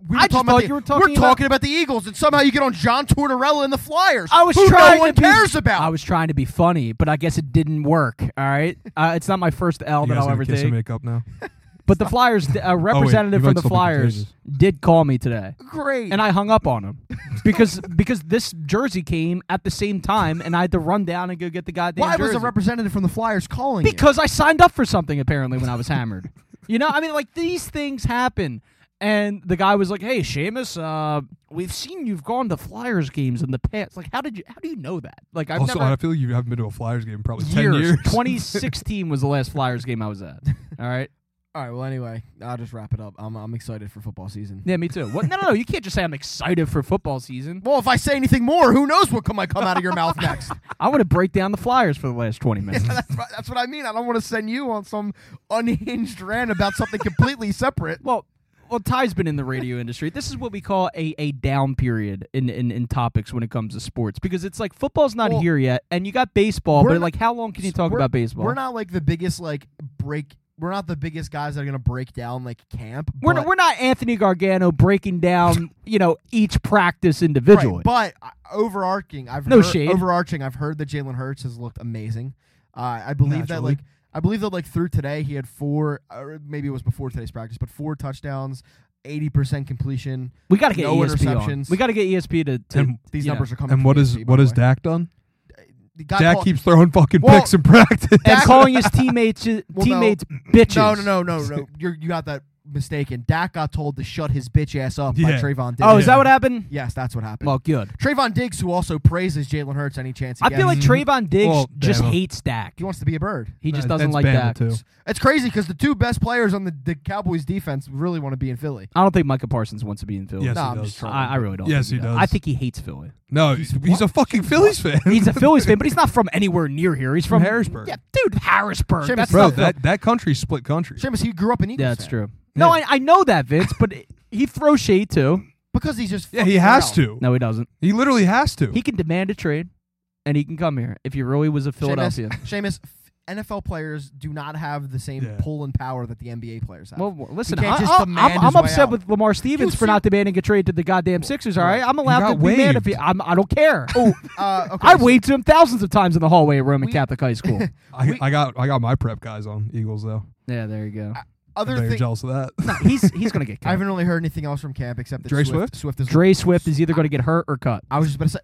We
I just
talking about
thought
the-
you were
We're
talking about-
talking about the Eagles, and somehow you get on John Tortorella and the Flyers.
I was
who
trying.
No one
to be-
cares about.
I was trying to be funny, but I guess it didn't work. All right, uh, it's not my first L
You
that
guys
I'll
gonna
ever
kiss and
take.
Oh, make up now.
But the Flyers, a representative from
you like
the
something
Flyers, did call me today,
great.
and I hung up on him because because this jersey came at the same time, and I had to run down and go get the goddamn.
Why was
jersey.
a representative from the Flyers calling? you?
Because I signed up for something apparently when I was hammered. you know, I mean, like these things happen. And the guy was like, "Hey, Seamus, uh, we've seen you've gone to Flyers games in the past. Like, how did you? How do you know that? Like, I've
also, I
never
feel like you haven't been to a Flyers game in probably ten
years.
years.
2016 was the last Flyers game I was at. All right.
all right. Well, anyway, I'll just wrap it up. I'm I'm excited for football season.
Yeah, me too. What? No, no, no. You can't just say I'm excited for football season.
Well, if I say anything more, who knows what come- might come out of your mouth next?
I want to break down the Flyers for the last 20 minutes.
Yeah, that's, what- that's what I mean. I don't want to send you on some unhinged rant about something completely separate.
Well, well, Ty's been in the radio industry. This is what we call a, a down period in, in, in topics when it comes to sports because it's like football's not
Well,
here yet, and you got baseball,
we're
but
not-
like how long can you talk
We're-
about baseball?
We're not like the biggest like break. We're not the biggest guys that are gonna break down like camp.
We're
but,
not, we're not Anthony Gargano breaking down you know each practice individually.
right, but uh, overarching, I've
No
heard,
shade.
Overarching, I've heard that Jalen Hurts has looked amazing. Uh, I believe that
Naturally.
like I believe that like through today he had four, or maybe it was before today's practice, but four touchdowns, eighty percent completion.
we got to get
no
ESP on.
interceptions.
We got to get ESP to, to
And
These
you know.
numbers are coming.
and
from
what is
ESG, by
what
the
has
way.
Dak done?
The guy
Dak
called-
keeps throwing fucking
Well-
picks in practice.
and
Dak-
calling his teammates
no.
teammates bitches.
No, no, no, no, no. You're, you got that mistaken. Dak got told to shut his bitch ass up by
Yeah.
Trayvon Diggs.
Oh, is that what happened?
Yes, that's what happened.
Well, good.
Trayvon Diggs, who also praises Jalen Hurts any chance he
I
gets.
feel like Trayvon Diggs
Well,
just
damn.
hates Dak.
he wants to be a bird.
He just
Uh,
doesn't
that's
like
Bama,
Dak.
too.
It's crazy because the two best players on the, the Cowboys defense really want to be in Philly.
I don't think Micah Parsons wants to be in Philly.
Yes,
Nah,
he
I'm
does.
just trolling.
I, I really don't.
Yes,
think
he does.
I think he hates Philly.
no, he's, he's a fucking Phillies fan.
He's a Phillies fan, but he's not from anywhere near here. He's from
Harrisburg.
Yeah, dude, Harrisburg.
Seamus,
that's
Bro,
not Phil-
that that country split country.
Seamus, he grew up in Eagles.
Yeah, that's
fan.
true. No, I, I know that Vince, but it- he throws shade too.
Because he's just.
Yeah, he
fucking
has to.
around.
No, he doesn't.
He literally has to.
He can demand a trade, and he can come here if he really was a Philadelphian.
Seamus, Seamus, f- NFL players do not have the same
Yeah.
pull and power that the NBA players have.
Well, w- listen,
can't
I,
just
I, I'm,
demand his
I'm
way
upset
out.
with Lamar Stevens
You
for
see-
not demanding a trade to the goddamn Sixers. All right, I'm allowed
got
to be mad if
waived.
he, I'm, I don't care.
oh, uh, okay.
I
so-
waved to him thousands of times in the hallway at Roman
We-
Catholic High School.
I,
we-
I got I got my prep guys on Eagles though.
yeah, there you go.
Other
They're
thing,
jealous of that.
he's he's gonna get
I
cut.
haven't really heard anything else from camp except that
Dre
Swift, Swift is
Dre Swift is either gonna get hurt or cut.
I was just about to say.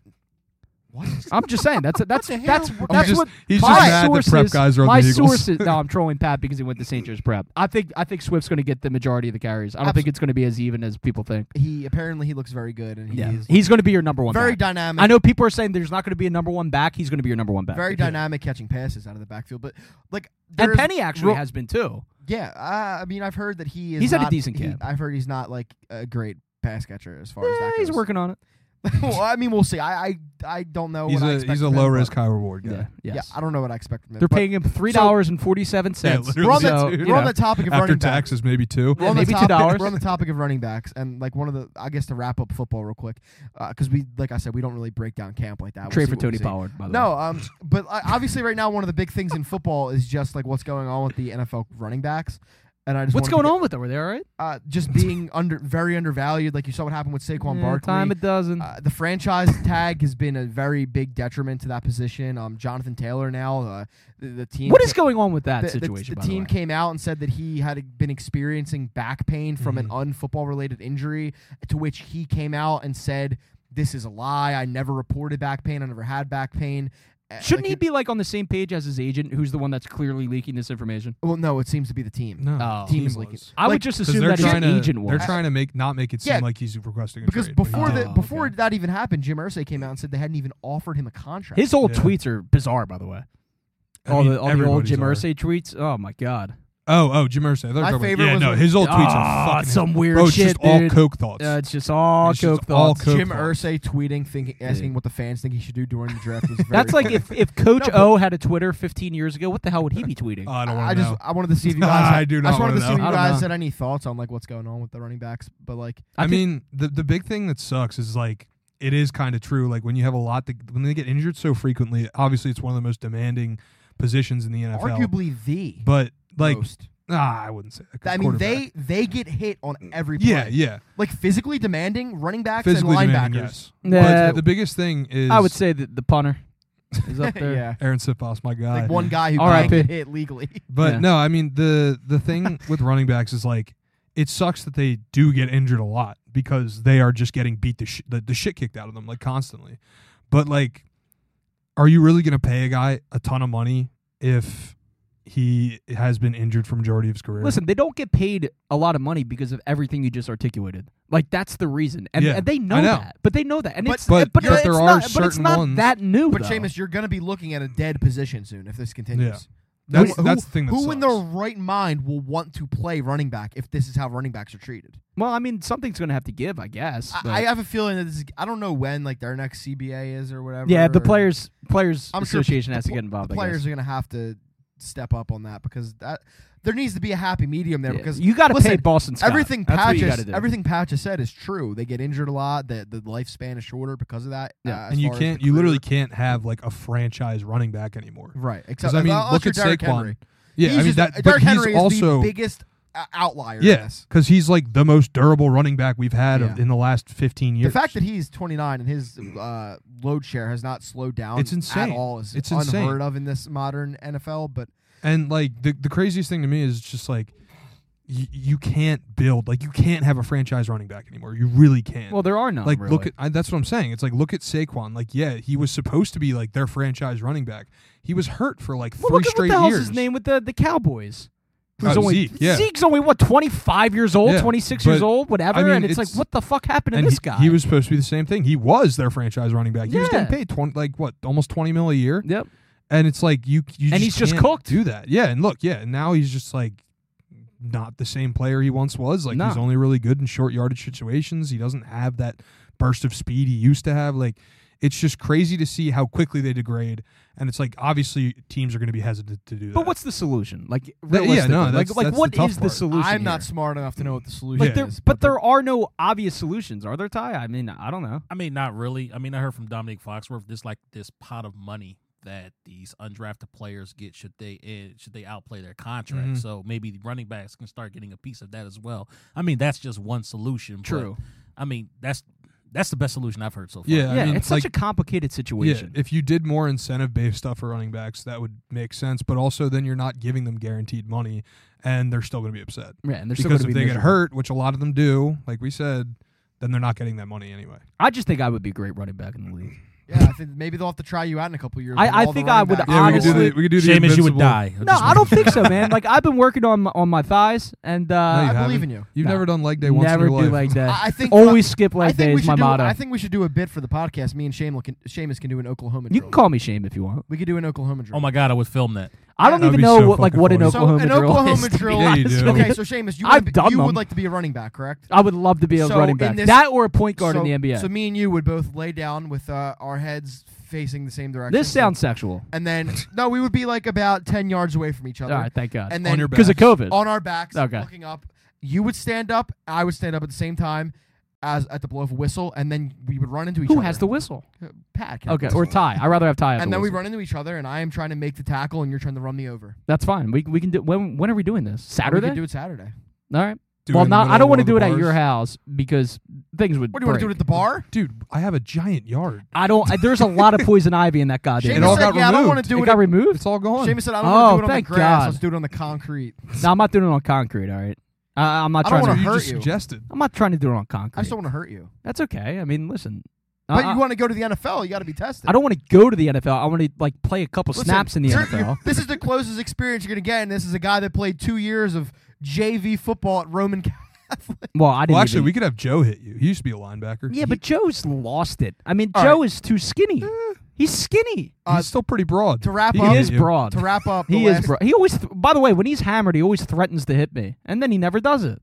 What?
I'm just saying that's that's
the hell?
that's
I'm
that's
just-
what
he's
my
just mad that
sources.
prep guys are on
my
the Eagles.
sources. No, I'm trolling Pat because he went to St. Joe's Prep. I think I think Swift's going to get the majority of the carries. I don't think
Absol-
it's going to be as even as people think.
He apparently he looks very good and he is
he's going to be your number one.
very
back.
dynamic.
I know people are saying there's not going to be a number one back. He's going to be your number one back.
very
Yeah.
dynamic catching passes out of the backfield, but like
And
there's-
Penny actually
Ro-
has been too.
Yeah, uh, I mean, I've heard that he is.
He's had a
not-
decent
he-
camp.
I've heard he's not like a great pass catcher as far as
Eh,
that goes.
he's working on it.
well, I mean, we'll see. I I, I don't know.
He's
what I
a
expect
he's a
from him,
low
but-
risk, high reward guy.
Yeah. Yes.
Yeah, I don't know what I expect from him.
They're
but
paying him three dollars and forty seven cents.
literally,
We're on, the,
so,
dude.
you
we're on
know,
the topic of
After
running backs.
taxes, maybe two.
We're on the
maybe
topic-
$2.
We're on the topic of running backs, and like one of the, I guess to wrap up football real quick, because we, like I said, we don't really break down camp like that. We'll
trade
see
for
what we
Tony
see.
Pollard. By the way,
No, um, but uh, obviously right now one of the big things in football is just like what's going on with the NFL running backs, and I just
what's going
wanted to
on with them? Were they all right?
get- Uh, just being under very undervalued, like you saw what happened with Saquon
Eh,
Barkley.
Time a dozen.
Uh, the franchise tag has been a very big detriment to that position. Um, Jonathan Taylor now, uh, the, the team.
what is
ca-
going on with that
the, the-
situation?
The,
by the
team
way?
came out and said that he had been experiencing back pain from an
Mm.
unfootball related injury, to which he came out and said, "This is a lie. I never reported back pain. I never had back pain." Uh,
Shouldn't
like
he
it-
be like on the same page as his agent, who's the one that's clearly leaking this information?
Well, no, it seems to be the team.
No,
Oh.
Team's
team
leaking.
was.
I
Like,
would just
'Cause
assume
they're
that his
trying to-
agent was.
They're trying to make not make it seem
Yeah.
like he's requesting a
Because
trade, but he
before
did.
the
Oh,
before
okay.
that even happened, Jim Irsay came out and said they hadn't even offered him a contract.
His old
Yeah.
tweets are bizarre, by the way.
I
all the all
mean,
the old
everybody's
Jim
all right.
Irsay tweets. Oh my god.
Oh, oh, Jim Irsay. I thought you were
My
talking about-
favorite
yeah,
was
no,
when-
his old tweets are
Ah,
fucking.
it's some weird
bro, it's
shit,
just all
dude.
coke thoughts.
Uh, it's just all
It's just
coke
all
thoughts.
Coke
Jim
thoughts.
Irsay tweeting, thinking, asking what the fans think he should do during the draft. Was very
That's like
funny.
if, if Coach
No, but- Uh,
O had a Twitter 15 years ago, what the hell would he be tweeting?
Oh, I don't want to
I
know.
just I wanted to see if you guys.
I
had-
do
I
not
just wanted
wanna
to see if
know.
I
you
don't
guys
know.
had any thoughts on like what's going on with the running backs, but like
I,
I think-
mean, the the big thing that sucks is like it is kind of true. Like when you have a lot, that, when they get injured so frequently, obviously it's one of the most demanding positions in the NFL.
arguably the
but like,
most.
nah, I wouldn't say that. 'cause
I mean,
quarterback-
they they get hit on every play.
Yeah, yeah.
Like physically demanding running backs
Physically
and
demanding,
linebackers.
yes.
Nah.
But the biggest thing is
I would say that the punter is up there.
yeah,
Aaron Sipos, my guy.
like one guy who can't
R.I.P.
get hit legally.
But
Yeah.
no, I mean the the thing with running backs is like it sucks that they do get injured a lot because they are just getting beat the sh- the, the shit kicked out of them like constantly. But like, are you really gonna pay a guy a ton of money if he has been injured for majority of his career?
Listen, they don't get paid a lot of money because of everything you just articulated. Like that's the reason, and,
Yeah,
and they know,
I know.
that. But they know that, and
But-
it's
but-
but,
but
it's
there
not,
are
but it's
certain
not
ones-
that new.
but
though.
Seamus, you're going to be looking at a dead position soon if this continues.
Yeah. that's,
who,
that's the thing. That
who in their
sucks.
right mind will want to play running back if this is how running backs are treated?
well, I mean, something's going to have to give, I guess. but-
I, I have a feeling that this is, I don't know when like their next CBA is or whatever.
yeah, the
or-
players players
I'm sure
association
the
has to
pl-
get involved.
The
I guess.
players are going to have to step up on that because that there needs to be a happy medium there
Yeah.
because
you got to pay
listen,
Boston Scott.
everything
That's what
Patch
you
has-
gotta do.
everything Patch has said is true. They get injured a lot. The the lifespan is shorter because of that.
Yeah.
uh, as
and you
far as
can't,
the
you literally
career.
can't have like a franchise running back anymore.
right. Except
Because I mean,
well,
look
unless
at
you're Derrick
Saquon.
Henry.
Yeah,
He's
I mean
just-
that.
Derrick
but he's
Henry is
also
the biggest uh, outlier. in
yes,
this.
because he's like the most durable running back we've had of,
Yeah.
in the last fifteen
The
years.
fact that he's 29 and his uh, load share has not slowed down
It's insane.
at all is
It's
unheard
insane.
of in this modern NFL. But
And like the the craziest thing to me is just like you, you can't build like you can't have a franchise running back anymore. You really can't.
well, there are none.
like
really.
look at I, that's what I'm saying. It's like look at Saquon. Like yeah, he was supposed to be like their franchise running back. He was hurt for like
well,
three
look at
straight
what the hell's
years.
his name with the the Cowboys. Who's
Oh,
only
Zeke, yeah.
Zeke's only what twenty five years old,
Yeah,
twenty six
but,
years old, whatever,
I mean,
and it's,
it's-
like what the fuck happened to
And
this
he,
guy?
he was supposed to be the same thing. He was their franchise running back. He was getting
Yeah.
paid twenty like what almost twenty mil a year.
yep.
And it's like you you
And he's just
can't
cooked.
Do that. Yeah. And look, yeah. And now he's just like not the same player he once was. Like he's
No.
only really good in short yardage situations. He doesn't have that burst of speed he used to have. Like it's just crazy to see how quickly they degrade. And it's like obviously teams are going to be hesitant to do that.
But what's the solution? Like
Th-
realistically,
yeah, no, that's-
like like
that's the
what is
tough
the
part.
solution?
I'm
here?
not smart enough to know what the solution
Like
Yeah.
there,
is.
but there are no obvious solutions, are there? Ty, I mean, I don't know.
I mean, not really. I mean, I heard from Dominic Foxworth this like this pot of money that these undrafted players get should they eh, should they outplay their contract.
Mhm.
So maybe the running backs can start getting a piece of that as well. I mean, that's just one solution. but,
True.
I mean, that's that's the best solution I've heard so far.
Yeah, I
yeah,
mean,
it's
like-
such a complicated
yeah,
situation.
if you did more incentive based stuff for running backs, that would make sense. But also, then you're not giving them guaranteed money, and they're still going to be upset
Yeah, and they're still
because if
gonna be
they get
miserable.
hurt, which a lot of them do, like we said, then they're not getting that money anyway.
I just think I would be a great running back in the league.
Yeah, I think maybe they'll have to try you out in a couple years.
I-
with
I
all the
think
running
I would
backs.
Yeah, we could do
Honestly-
the, we could do the
Seamus, you would
Invincible.
die.
No, I don't think so, man. Like I've been working on my, on my thighs and
No,
uh,
you
I believe
haven't.
in you.
You've
No.
never done leg day once
never
in your
do
life.
like that.
I I think
Always skip
I
leg
think
day is
we should
my
do,
motto.
I think we should do a bit for the podcast. Me and Seamus can Seamus can do an Oklahoma.
you can
drill.
call me Shame if you want.
We could do an Oklahoma drill.
Oh my god, I would film that.
I don't
That'd
even
be
know
so
what like
fucking
what an
funny.
So
Oklahoma
an
drill
Oklahoma
is. to be
drill-
Yeah, you
honest
do.
with you.
Okay, so Seamus, you
I've
would,
done
you
them.
would like to be a running back, correct?
I would love to be a
So
running
in
back.
this-
that or a point guard in
so,
the NBA.
So me and you would both lay down with uh, our heads facing the same direction.
this sounds sexual.
And then no, we would be like about ten yards away from each
All
other.
right, thank God.
And
On
then
your
Because of
backs.
COVID.
on our backs,
Okay.
looking up. You would stand up. I would stand up at the same time as at the blow of a whistle, and then we would run into each
Who
other. Uh,
has the whistle?
Pat? can have the
Okay, or
whistle.
tie. I'd rather have tie.
And then we run into each other, and I am trying to make the tackle, and you're trying to run me over.
That's fine. We we can do. When when are we doing this?
Or we
Saturday.
could do it Saturday.
All right.
Do it
well,
in the
not.
middle
I
of
don't want
one
to
of the
do it at
bars.
your house because things would.
What do you want to do
break.
it at the bar?
Dude, I have a giant yard.
I don't. I, there's a lot of poison ivy in that goddamn.
Seamus
It all
said,
got
"Yeah, I don't
removed.
want to do
it
it.
got removed.
It's all gone.
Seamus said, "I don't want
Oh,
to do it on the
thank
grass.
God.
Let's do it on the concrete."
no, I'm not doing it on concrete. All right. I, I'm not
I don't
trying
That's
wanna
to.
what
hurt
you. just
you.
suggested.
I'm not trying to do it on concrete.
I just don't want to hurt you.
That's okay. I mean, listen.
But
I, I-
you want to go to the NFL? You got to be tested.
Uh-uh. I don't want to go to the NFL. I want to like play a couple
Listen,
snaps in the
you're-
NFL.
you're- This is the closest experience you're going to get, and this is a guy that played two years of JV football at Roman Catholic.
well, I didn't.
Well, actually,
even-
we could have Joe hit you. He used to be a linebacker.
Yeah, but Joe's lost it. I mean,
All
Joe is too skinny.
Eh,
He's skinny.
Uh,
he's still pretty broad.
to wrap
He
up,
can
He
hit
is
you.
broad.
to wrap up, the
He
last,
is broad. He always. Th- by the way, when he's hammered, he always threatens to hit me, and then he never does it.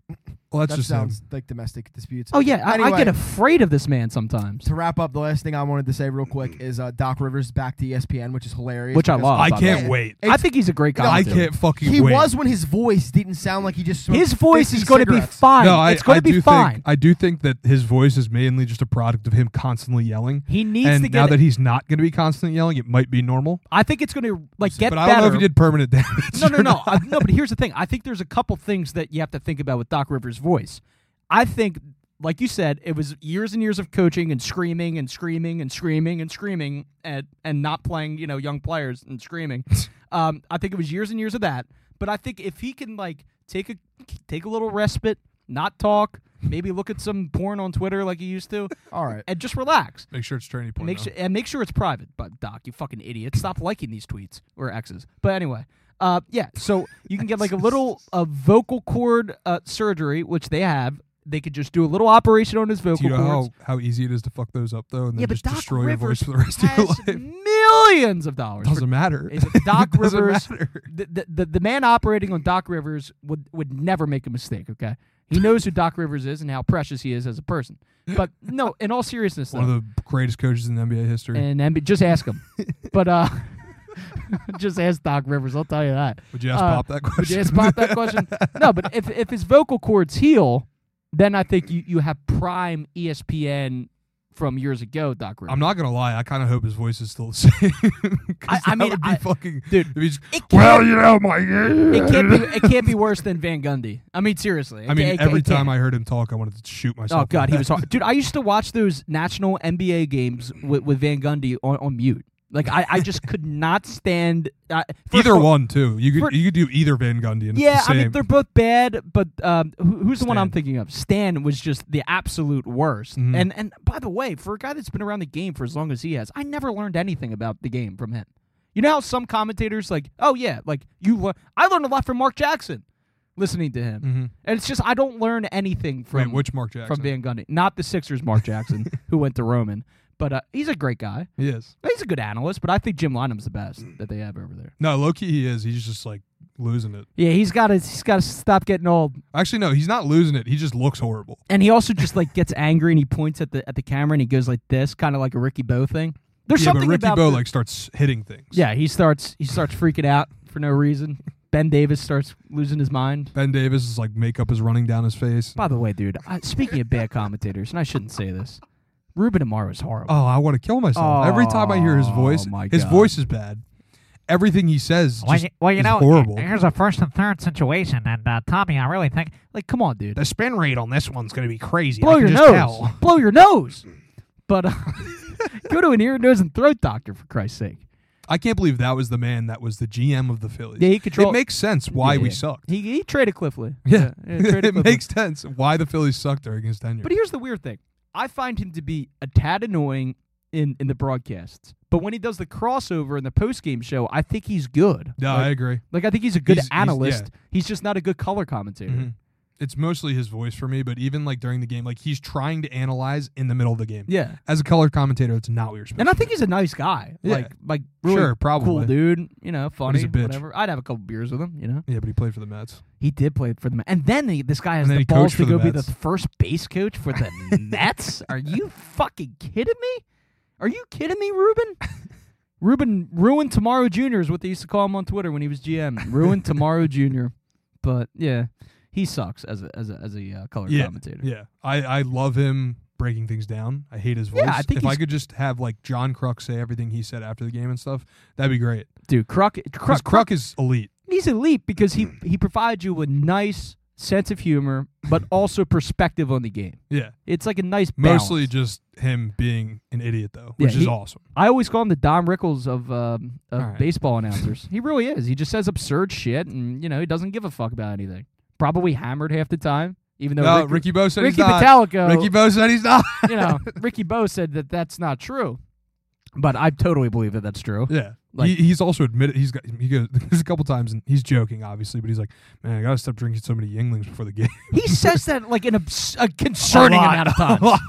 Well, that's
That
just him.
sounds like domestic disputes.
Oh yeah, I, I
Anyway.
get afraid of this man sometimes,
To wrap up, the last thing I wanted to say real quick is uh, Doc Rivers back to ESPN, which is hilarious.
which I
because
love.
Mm. I
by the
can't
way.
wait.
I think he's a great guy.
I can't fucking
He
wait.
was when his voice didn't sound like he just smoked
His voice
50
is going to be
cigarettes.
fine.
No, I,
it's going
I
to be
do
fine.
Think, I do think that his voice is mainly just a product of him constantly yelling.
he needs
and
to
now
get.
that he's not going to be constantly yelling, it might be normal.
I think it's going to like get
but I
better.
don't know if he did permanent damage.
no, no,
or
no,
not.
I- no. But here's the thing: I think there's a couple things that you have to think about with Doc Rivers' voice. I think, like you said, it was years and years of coaching and screaming and screaming and screaming and screaming and and not playing, you know, young players and screaming. um, I think it was years and years of that. But I think if he can like take a take a little respite, not talk, maybe look at some porn on Twitter like he used to,
All right.
and just relax.
Make sure it's training point.
Make
though.
sure and make sure it's private, but Doc, you fucking idiot. Stop liking these tweets or X's. But anyway, uh, yeah. So you can get like a little uh, vocal cord uh, surgery, which they have. They could just do a little operation on his
Do you
vocal
know
cords.
how, how easy it is to fuck those up though, and then
Yeah, but
just
Doc
destroy
Rivers
your voice for the rest of your
Has
life?
millions of dollars. for-
Doesn't matter.
Is it Doc
Doesn't
Rivers-
matter.
the, the- the the man operating on Doc Rivers would would never make a mistake. Okay, he knows who Doc Rivers is and how precious he is as a person. But no, in all seriousness, though,
One of the greatest coaches in NBA history.
and then just ask him. but uh, just ask Doc Rivers. I'll tell you that.
Would you ask
uh,
Pop that question?
Would you ask Pop that question? No, but if if his vocal cords heal, then I think you, you have prime E ESPN from years ago, Doc Rivers.
I'm not gonna lie. I kind of hope his voice is still the same. 'Cause
I
that
mean,
would be
I-
fucking.
dude.
if he's-
It can't,
well, you know, my.
it can't be it can't be worse than Van Gundy. I mean, seriously.
I
It
mean,
can't- it
every
can't-
time I heard him talk, I wanted to shoot myself.
Oh
in
God,
the
he
head.
was hard. dude. I used to watch those national NBA games with, with Van Gundy on, on mute. Like I, I just could not stand uh, first
Either
of all-
one too. You could
for-
you could do either Van Gundy. And it's
Yeah,
the
I mean
same.
they're both bad, but um, who, who's the one I'm
Stan.
thinking of? Stan was just the absolute worst.
Mhm.
And and by the way, for a guy that's been around the game for as long as he has, I never learned anything about the game from him. You know how some commentators like, oh yeah, like you. lear- I learned a lot from Mark Jackson, listening to him,
Mhm.
and it's just I don't learn anything
Wait,
from
which Mark Jackson?
from Van Gundy, not the Sixers Mark Jackson who went to Roman, but uh, he's a great guy.
he is.
He's a good analyst, but I think Jim Lynham's the best that they have over there.
No, low key he is. He's just like losing it.
Yeah, he's got to he's got to stop getting old.
Actually, no, he's not losing it. He just looks horrible.
and he also just like gets angry and he points at the at the camera and he goes like this, kind of like a Ricky Bow thing. There's
yeah, but
something
Ricky
about
Bo
the-
like starts hitting things.
yeah, he starts he starts freaking out for no reason. Ben Davis starts losing his mind.
Ben Davis is like makeup is running down his face.
By the way, dude, I, speaking of bad commentators, and I shouldn't say this, Ruben Amar was horrible.
Oh, I want to kill myself. Every time I hear his
Oh,
voice,
my
his
God.
voice is bad. Everything he says
Well,
just
you, well, you
is
know,
horrible.
here's a first and third situation, and uh, Tommy, I really think
like, come on, dude,
The spin rate on this one's going to be crazy.
blow
I can
your
just
nose,
tell.
blow your nose. But uh, go to an ear, nose, and throat doctor for Christ's sake.
I can't believe that was the man that was the GM of the Phillies.
Yeah, he control-
It makes sense why
Yeah,
we
yeah.
sucked.
He he traded Cliffley.
Yeah,
traded
it
Cliffley.
makes sense why the Phillies sucked during his tenure.
But here's the weird thing. I find him to be a tad annoying in in the broadcasts. But when he does the crossover in the post game show, I think he's good.
No, I
like,
agree.
like, I think he's a good
He's- he's-
analyst. He's, just not a good color commentator.
Mhm. It's mostly his voice for me, but even like during the game, like he's trying to analyze in the middle of the game.
Yeah.
As a color commentator, it's not what you're supposed
And
to
I think he's a nice guy.
Yeah.
Like like really
Sure,
cool
probably.
dude, you know, funny,
he's a bitch.
whatever. I'd have a couple beers with him, you know.
do. Yeah, but he played for the Mets.
He did play for the Mets. And then he, this guy has
And then
the
he
balls
coached
to
for
go
the
be the
Mets.
first base coach for the Mets? Are you fucking kidding me? Are you kidding me, Ruben? Ruben ruined Tomorrow Jr. is what they used to call him on Twitter when he was GM. Ruined Tomorrow Jr. But yeah, he sucks as a as a as a uh, color
Yeah,
commentator.
Yeah, I I love him breaking things down. I hate his voice.
Yeah, I think
if I
he's-
could just have like John Cruck say everything he said after the game and stuff, that'd be great.
Dude, Kruk, Kruk,
Because Cruck is elite.
he's elite because he
Mm.
he provides you with nice sense of humor, but also perspective on the game.
Yeah,
It's like a nice balance.
mostly just him being an idiot though,
Yeah,
which is
he-
awesome.
I always call him the Dom Rickles of, um, of
All right.
baseball announcers. he really is. He just says absurd shit, and you know he doesn't give a fuck about anything. Probably hammered half the time, even though
No,
Ricky,
Uh, Ricky Bo said he's
Ricky
not.
Metallico,
Ricky Bo said he's not.
you know, Ricky Bo said that that's not true. But I totally believe that that's true.
Yeah.
Like-
he, he's also admitted he's got he goes there's a couple times and he's joking obviously but he's like man I gotta stop drinking so many Yinglings before the game.
He says that like an abs- a concerning
lot,
amount of times.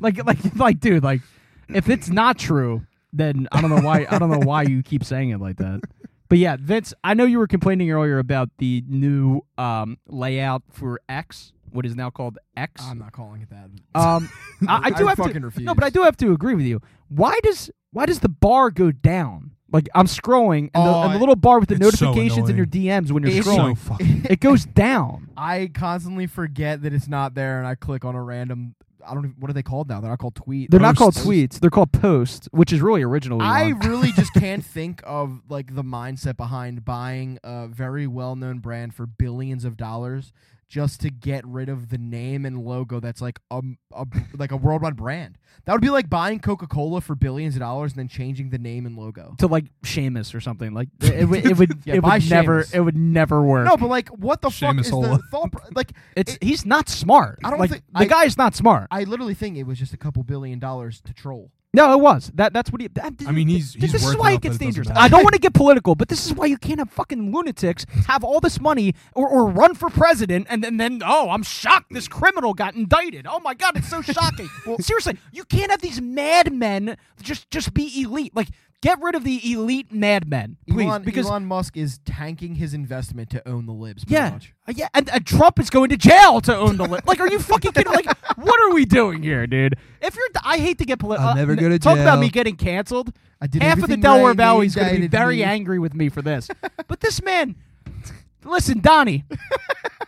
Like like like dude, like if it's not true, then I don't know why I don't know why you keep saying it like that. But yeah, Vince, I know you were complaining earlier about the new um, layout for X, what is now called X.
I'm not calling it that.
Um, I, I do
I
have
fucking
to,
refuse.
No, but I do have to agree with you. Why does why does the bar go down? Like I'm scrolling, and, the,
Oh,
and the
I-
little bar with the
It's so
notifications in your DMs when you're
It's
so
scrolling,
fucking
it goes down.
I constantly forget that it's not there, and I click on a random. I don't. Even, what are they called now? They're not called tweet.
They're not called
Posts.
tweets; they're called posts, which is really original.
I
Elon.
really just can't think of like the mindset behind buying a very well-known brand for billions of dollars just to get rid of the name and logo that's like a, a like a worldwide brand. That would be like buying Coca-Cola for billions of dollars and then changing the name and logo.
to like Seamus or something. Like it, would it would
Yeah,
it
buy
would never
Seamus.
it would never work.
No, but like what the fuck is
Seamus-ola.
the thought pro- like
it's
it-
he's not smart.
I don't
like,
think-
the
I-
guy's not smart.
I literally think it was just a couple billion dollars to troll.
no, it was that. That's what he. that-
I mean, he's-
th-
he's
this is
worth
why it
enough
gets
that it doesn't
dangerous.
matter.
I don't want to get political, but this is why you can't have fucking lunatics have all this money or, or run for president and then then oh I'm shocked this criminal got indicted. Oh my god, it's so shocking. well, seriously, you can't have these madmen just just be elite. Like get rid of the elite madmen, please,
Elon,
because
Elon Musk is tanking his investment to own the libs. pretty
Yeah,
much.
Uh, yeah, and, and Trump is going to jail to own the li- like. Are you fucking kidding? Like, what are we doing here, dude? If you're, I hate to get political.
I'll never go to
Talk about
jail.
me getting canceled.
I did
Half of the
everything
Delaware
right, they
Valley is going to be
indicted
very
me.
angry with me for this. but this man, listen, Donnie,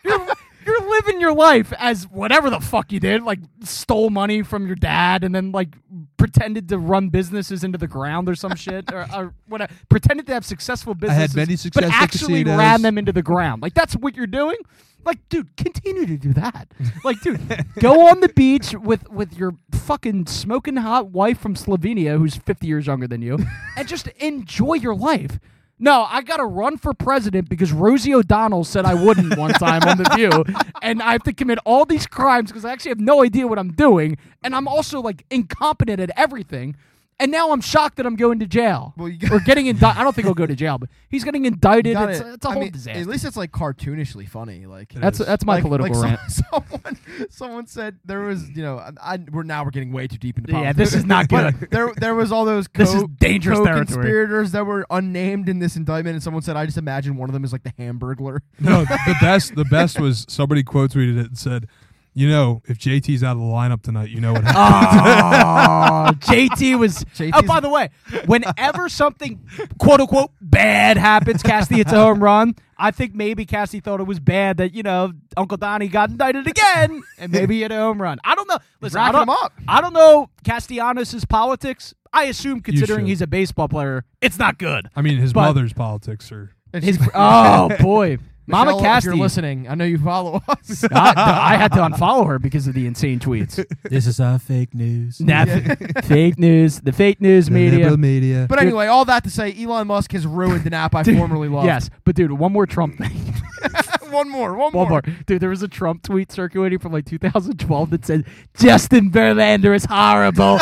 you're, you're living your life as whatever the fuck you did, like stole money from your dad and then like pretended to run businesses into the ground or some shit or, or whatever. Pretended to have successful
had
businesses,
many
but
successful
actually
casinos.
ran them into the ground. Like that's what you're doing. Like, dude, continue to do that. Like, dude, go on the beach with with your fucking smoking hot wife from Slovenia who's 50 years younger than you, and just enjoy your life. No, I gotta run for president because Rosie O'Donnell said I wouldn't one time on the View, and I have to commit all these crimes because I actually have no idea what I'm doing, and I'm also like incompetent at everything. And now I'm shocked that I'm going to jail.
Well, you got-
or getting indicted. I don't think he'll go to jail, but he's getting indicted.
Got
It's,
it.
it's a
I
whole
mean,
disaster.
At least it's like cartoonishly funny. Like
That's
is.
that's my
like-
political rant.
like some- someone, someone said there was, you know, I, I, we're now we're getting way too deep into
Yeah,
politics.
this is not
But
good.
there, there was all those co-
This is dangerous territory.
co-conspirators that were unnamed in this indictment, and someone said, "I just imagine one of them is like the Hamburglar."
No, the best the best was somebody quote tweeted it and said, "You know, if JT's out of the lineup tonight, you know what happened."
Oh, JT was. Oh,
JT's
by the way, whenever something quote unquote bad happens, Cassidy hits a home run. I think maybe Cassidy thought it was bad that you know Uncle Donnie got indicted again, and maybe he hit a home run. I don't know. Listen, I
Racking
don't,
him up.
I don't know Castellanos' politics. I assume, considering
should.
he's a baseball player, it's not
Ah,
good.
I mean, his
But-
mother's politics are
His, oh boy, Mama
Michelle, if
Cassidy.
you're listening, I know you follow us.
I, I had to unfollow her because of the insane tweets.
This is our fake news.
Nah, fake news. The fake news media.
media.
but anyway, all that to say, Elon Musk has ruined an app I formerly loved.
Yes, but dude, one more Trump thing.
one more. One,
One more. Dude, there was a Trump tweet circulating from like 2012 that said Justin Verlander is horrible.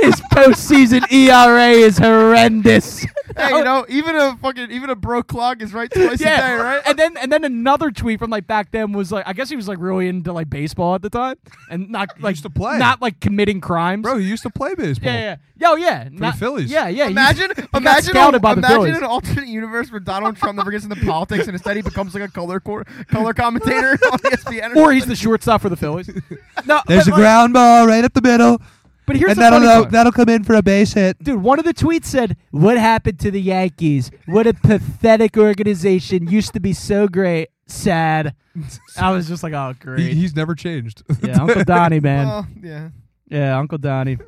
His postseason ERA is horrendous.
Hey, you know, even a fucking even a broke clock is right twice a day, right?
And then and then another tweet from like back then was like I guess he was like really into like baseball at the time and not like
used to play.
not like committing crimes.
Bro, he used to play baseball.
yeah, yeah, yeah. Yo, yeah. For
Phillies.
Yeah, yeah. he-
Imagine,
got
imagine,
scouted
a-
by the
imagine
Phillies.
an alternate universe where Donald Trump never gets into politics, and instead he becomes like a color cor- color commentator on E ESPN.
or he's the shortstop for the Phillies. No,
There's
but,
a
like-
ground ball right up the middle,
But here's
and
the
that'll
funny
know,
part.
that'll come in for a base hit.
Dude, one of the tweets said, "What happened to the Yankees? What a pathetic organization. Used to be so great. Sad." I was just like, "Oh,
He,
great."
he's never changed.
yeah, Uncle Donnie, man.
Oh, yeah.
yeah, Uncle Donnie.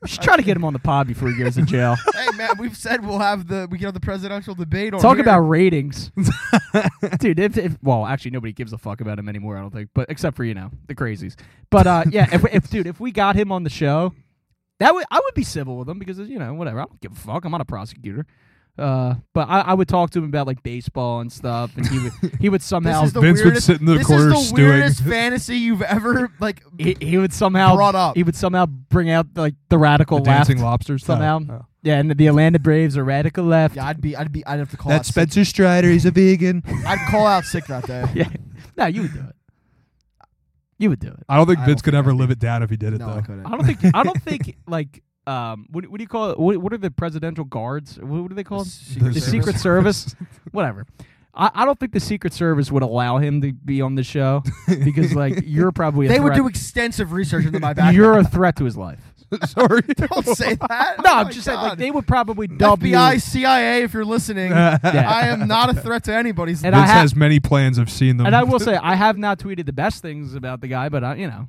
We should try to get him on the pod before he goes to jail.
Hey, man, we've said we'll have the we can have the presidential debate on.
Talk
here.
about ratings, dude. If, if well, actually, nobody gives a fuck about him anymore. I don't think, but except for you know the crazies. But uh, yeah, if, we- if dude, if we got him on the show, that would I would be civil with him because you know whatever. I don't give a fuck. I'm not a prosecutor. Uh, but I, I would talk to him about like baseball and stuff, and he would he would
this
somehow
is the
Vince would
weirdest.
sit in the
this
corner
is the
stewing.
weirdest fantasy you've ever like.
he, he would somehow
Brought up.
he would somehow bring out like the radical
The
left
dancing lobsters.
somehow.
Oh.
Yeah, and the Atlanta Braves are radical left.
Yeah, I'd be, I'd be, I'd have to call.
That's
out sick.
Spencer Strider. He's a vegan.
I'd call out sick that day.
yeah. no, you would do it. You would do it.
I don't think
I
Vince
don't
could
think
ever
I'd
live
be-
it down if he did it
no, I
though.
couldn't.
I don't think I don't think like um what, what do you call it? What, what are the presidential guards? What, what are they called?
Secret
the
Service.
Secret Service. Whatever. I, I don't think the Secret Service would allow him to be on the show because like you're probably a
They would
threat.
do extensive research into my background.
you're a threat to his life.
Sorry.
Don't say that.
No,
Oh
I'm
my
just saying like
God.
they would probably dub you.
FBI, CIA, if you're listening,
Yeah.
I am not a threat to anybody's.
And I
Vince
ha-
has many plans. I've seen them.
and I will say I have not tweeted the best things about the guy, but I you know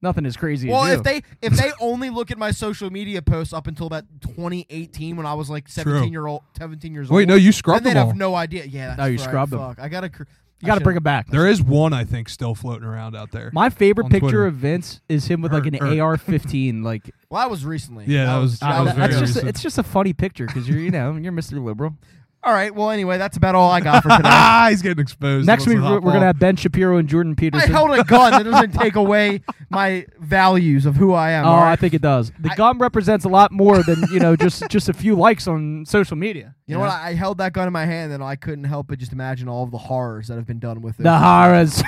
nothing is crazy.
well,
as you.
if they if they only look at my social media posts up until about 2018 when I was like 17 year old, 17 years
Wait,
old.
no, you scrubbed
then they'd
them all.
have no idea. Yeah, that's
No, you
right.
scrubbed them.
Fuck. I gotta. Cr-
you got to bring him
up.
back.
There is one I think still floating around out there.
My favorite
on
picture
Twitter.
of Vince is him with like
Or-
an
or-
AR-15 like
Well, that was recently.
Yeah, that was-
Uh,
that was
that- that's
very
just
recent.
it's just a funny picture because you're you know you're Mr. Liberal.
all right. Well, anyway, that's about all I got for today. I
ah, he's getting exposed.
Next
He
week
wants to
we're,
hop
we're gonna
off.
have Ben Shapiro and Jordan Peterson.
held a gun. That doesn't take away my values of who I am.
oh,
all
I
right?
think it does. The
I-
gum represents a lot more than you know just just a few likes on social media.
You know what? I I held that gun in my hand, and I couldn't help but just imagine all of the horrors that have been done with it.
The horrors,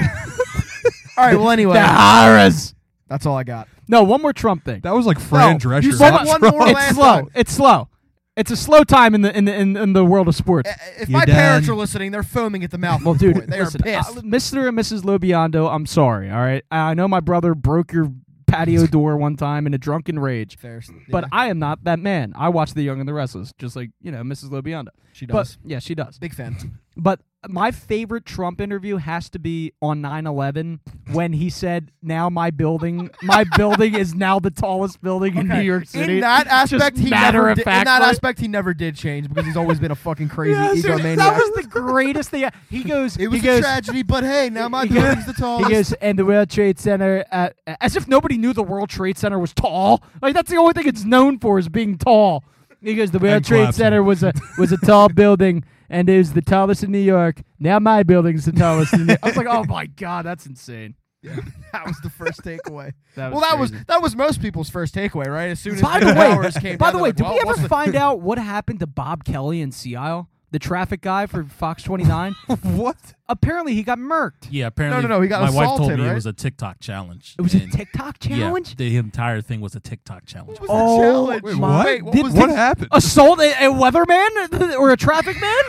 All right. Well,
the
anyway,
horrors.
that's all I got.
No, one more Trump thing.
That was like Fran
No,
Drescher.
you said
That's
one
wrong.
more
It's
last
slow.
one.
It's slow. It's a slow time in the in the in, in the world of sports.
I- If
You're
my parents
done.
are listening, they're foaming at the mouth.
Well,
at this
dude,
point. they
listen,
are pissed.
I- Mr. and Mrs. Lobiondo, I'm sorry. All right, I I know my brother broke your patio door one time in a drunken rage.
Fair. Yeah,
But I am not that man. I watch The Young and the Restless, just like you know Mrs. Lobiondo.
she
But
does.
yeah, she does.
Big fan.
But my favorite Trump interview has to be on 9/11 when he said, "Now my building, my building is now the tallest building in New York City."
In that
Just
aspect, he
matter
never
of
did, in that
factly.
aspect he never did change because he's always been a fucking crazy
Yes, dude,
egomaniac.
that was the greatest thing. He goes,
it was
he goes,
a tragedy, but hey, now my
He goes-
building's the tallest.
He goes, and the World Trade Center, uh, as if nobody knew the World Trade Center was tall. Like that's the only thing it's known for is being tall. He goes, the World
And
Trade
collapsing.
Center was a was a tall building, and it was the tallest in New York. Now my building's the tallest. in New- I was like, oh my god, that's insane.
that was the first takeaway.
That
well, that was
crazy.
that was most people's first takeaway, right? As soon as
By
the
the
towers
way,
came
by
down,
the
they're
way,
like,
did
well,
we ever
what's the-
find out what happened to Bob Kelly in Sea Isle, the traffic guy for Fox 29?
what?
Apparently, he got murked.
Yeah, apparently.
no, he got
My wife told
assaulted,
me
right?
it was a TikTok challenge.
It was a
and-
TikTok
yeah,
challenge.
the entire thing was a TikTok challenge.
What was
Oh,
the challenge?
wait,
What?
Wait, what
Did-
was
what
the-
happened?
assault a, a weatherman or a traffic man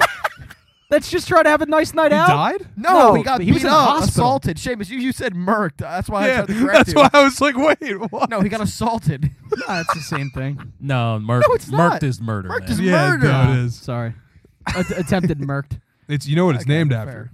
that's just trying to have a nice night
he
out.
died?
No,
No,
he got
he
beat
was in the
up,
hospital.
assaulted. Seamus, you, you said murked. That's why I
Yeah,
tried to correct
that's
you.
why I was like, wait, what?
No, he got assaulted.
that's the same thing.
No, Merc,
No, it's not.
Merc is murder.
Merked
man.
is
yeah,
murder.
no, it is.
Sorry, Att- attempted murked.
It's you know what it's
Okay,
named
fair.
after.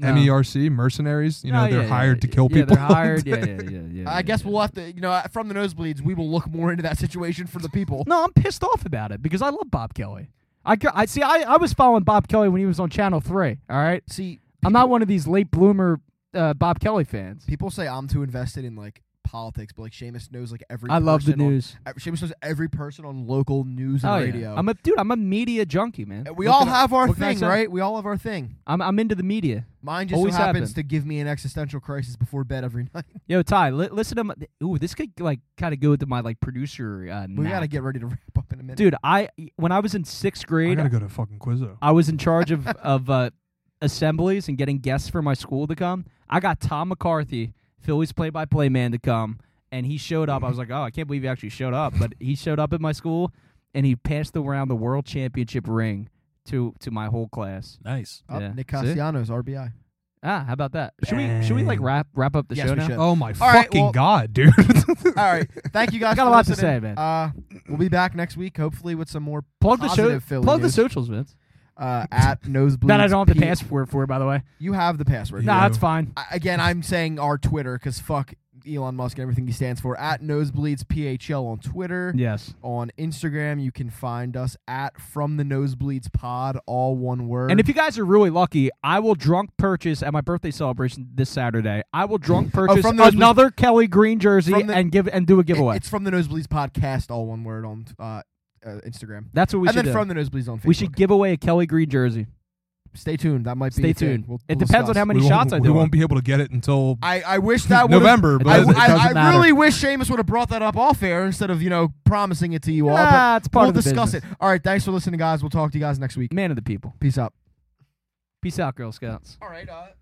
No.
MERC mercenaries. You know
No,
they're
yeah, yeah,
hired to
yeah,
kill
yeah,
people.
They're hired. Yeah, yeah, yeah, yeah.
I guess
yeah.
we'll have to, you know, uh, from the nosebleeds, we will look more into that situation for the people.
No, I'm pissed off about it because I love Bob Kelly. I, ca- I see. I, I was following Bob Kelly when he was on Channel Three. All right,
See,
I'm not one of these late bloomer uh, Bob Kelly fans.
people say I'm too invested in like politics, but like Seamus knows like every.
I love the
person on-
news.
ev- Seamus knows every person on local news and
Oh, yeah.
radio.
I'm a dude. I'm a media junkie, man.
And we
What
all
can I-
have our
what can I
thing,
say?
right? We all have our thing.
I'm I'm into the media.
Mine just
Always
so happens
happen.
to give me an existential crisis before bed every night.
Yo, Ty, li- listen to my. Ooh, this could like kind of go into my like producer. Uh,
We gotta
knack.
get ready to wrap up in a minute.
dude. I when I was in sixth
I
grade,
gotta go to fucking Quizzo.
I was in charge of of uh, assemblies and getting guests for my school to come. I got Tom McCarthy, Philly's play-by-play man, to come, and he showed up. I was like, "Oh, I can't believe he actually showed up!" But he showed up at my school, and he passed around the world championship ring to to my whole class.
Nice.
Up,
yeah.
Oh, Nick
See?
Castellanos, RBI.
Ah, how about that? Should we should we like
Bang.
wrap wrap up the
yes,
show
we
now?
should.
Oh my
All right,
fucking
well-
god, dude!
All right. Thank you guys.
I got
for
a lot to
listening.
say, man.
Uh, we'll be back next week, hopefully, with some more
Plug the show.
positive Philly
Plug the
news.
socials, Vince.
uh, at nosebleed.
That I don't have the password for, by the way.
You have the password.
No,
Yeah.
nah, that's fine.
I- again, I'm saying our Twitter because fuck Elon Musk and everything he stands for. At nosebleeds phl on Twitter.
Yes.
On Instagram, you can find us at from the nosebleeds pod, all one word.
And if you guys are really lucky, I will drunk purchase at my birthday celebration this Saturday. I will drunk purchase
Oh, from those-
another Kelly Green jersey
From the-
and give and do a giveaway.
it's from the nosebleeds podcast, all one word on uh, uh, Instagram.
That's what we
and
should
then
do.
from the nosebleeds on Facebook.
we should give away a Kelly Green jersey.
stay tuned. That might be.
Stay
a thing.
tuned.
We'll-
it
we'll
depends on
discuss.
how many
we
shots I
won't,
do.
we won't be able to get it until
I, I wish that would
November,
It
but
I,
doesn't-
I- I
matter.
really wish Seamus would have brought that up off air instead of you know promising it to you all.
Nah, it's
but
part
we'll
of the
discuss
business.
it. All right, thanks for listening, guys. We'll talk to you guys next week.
Man of the people.
Peace out.
Peace out, Girl Scouts.
All right. Uh,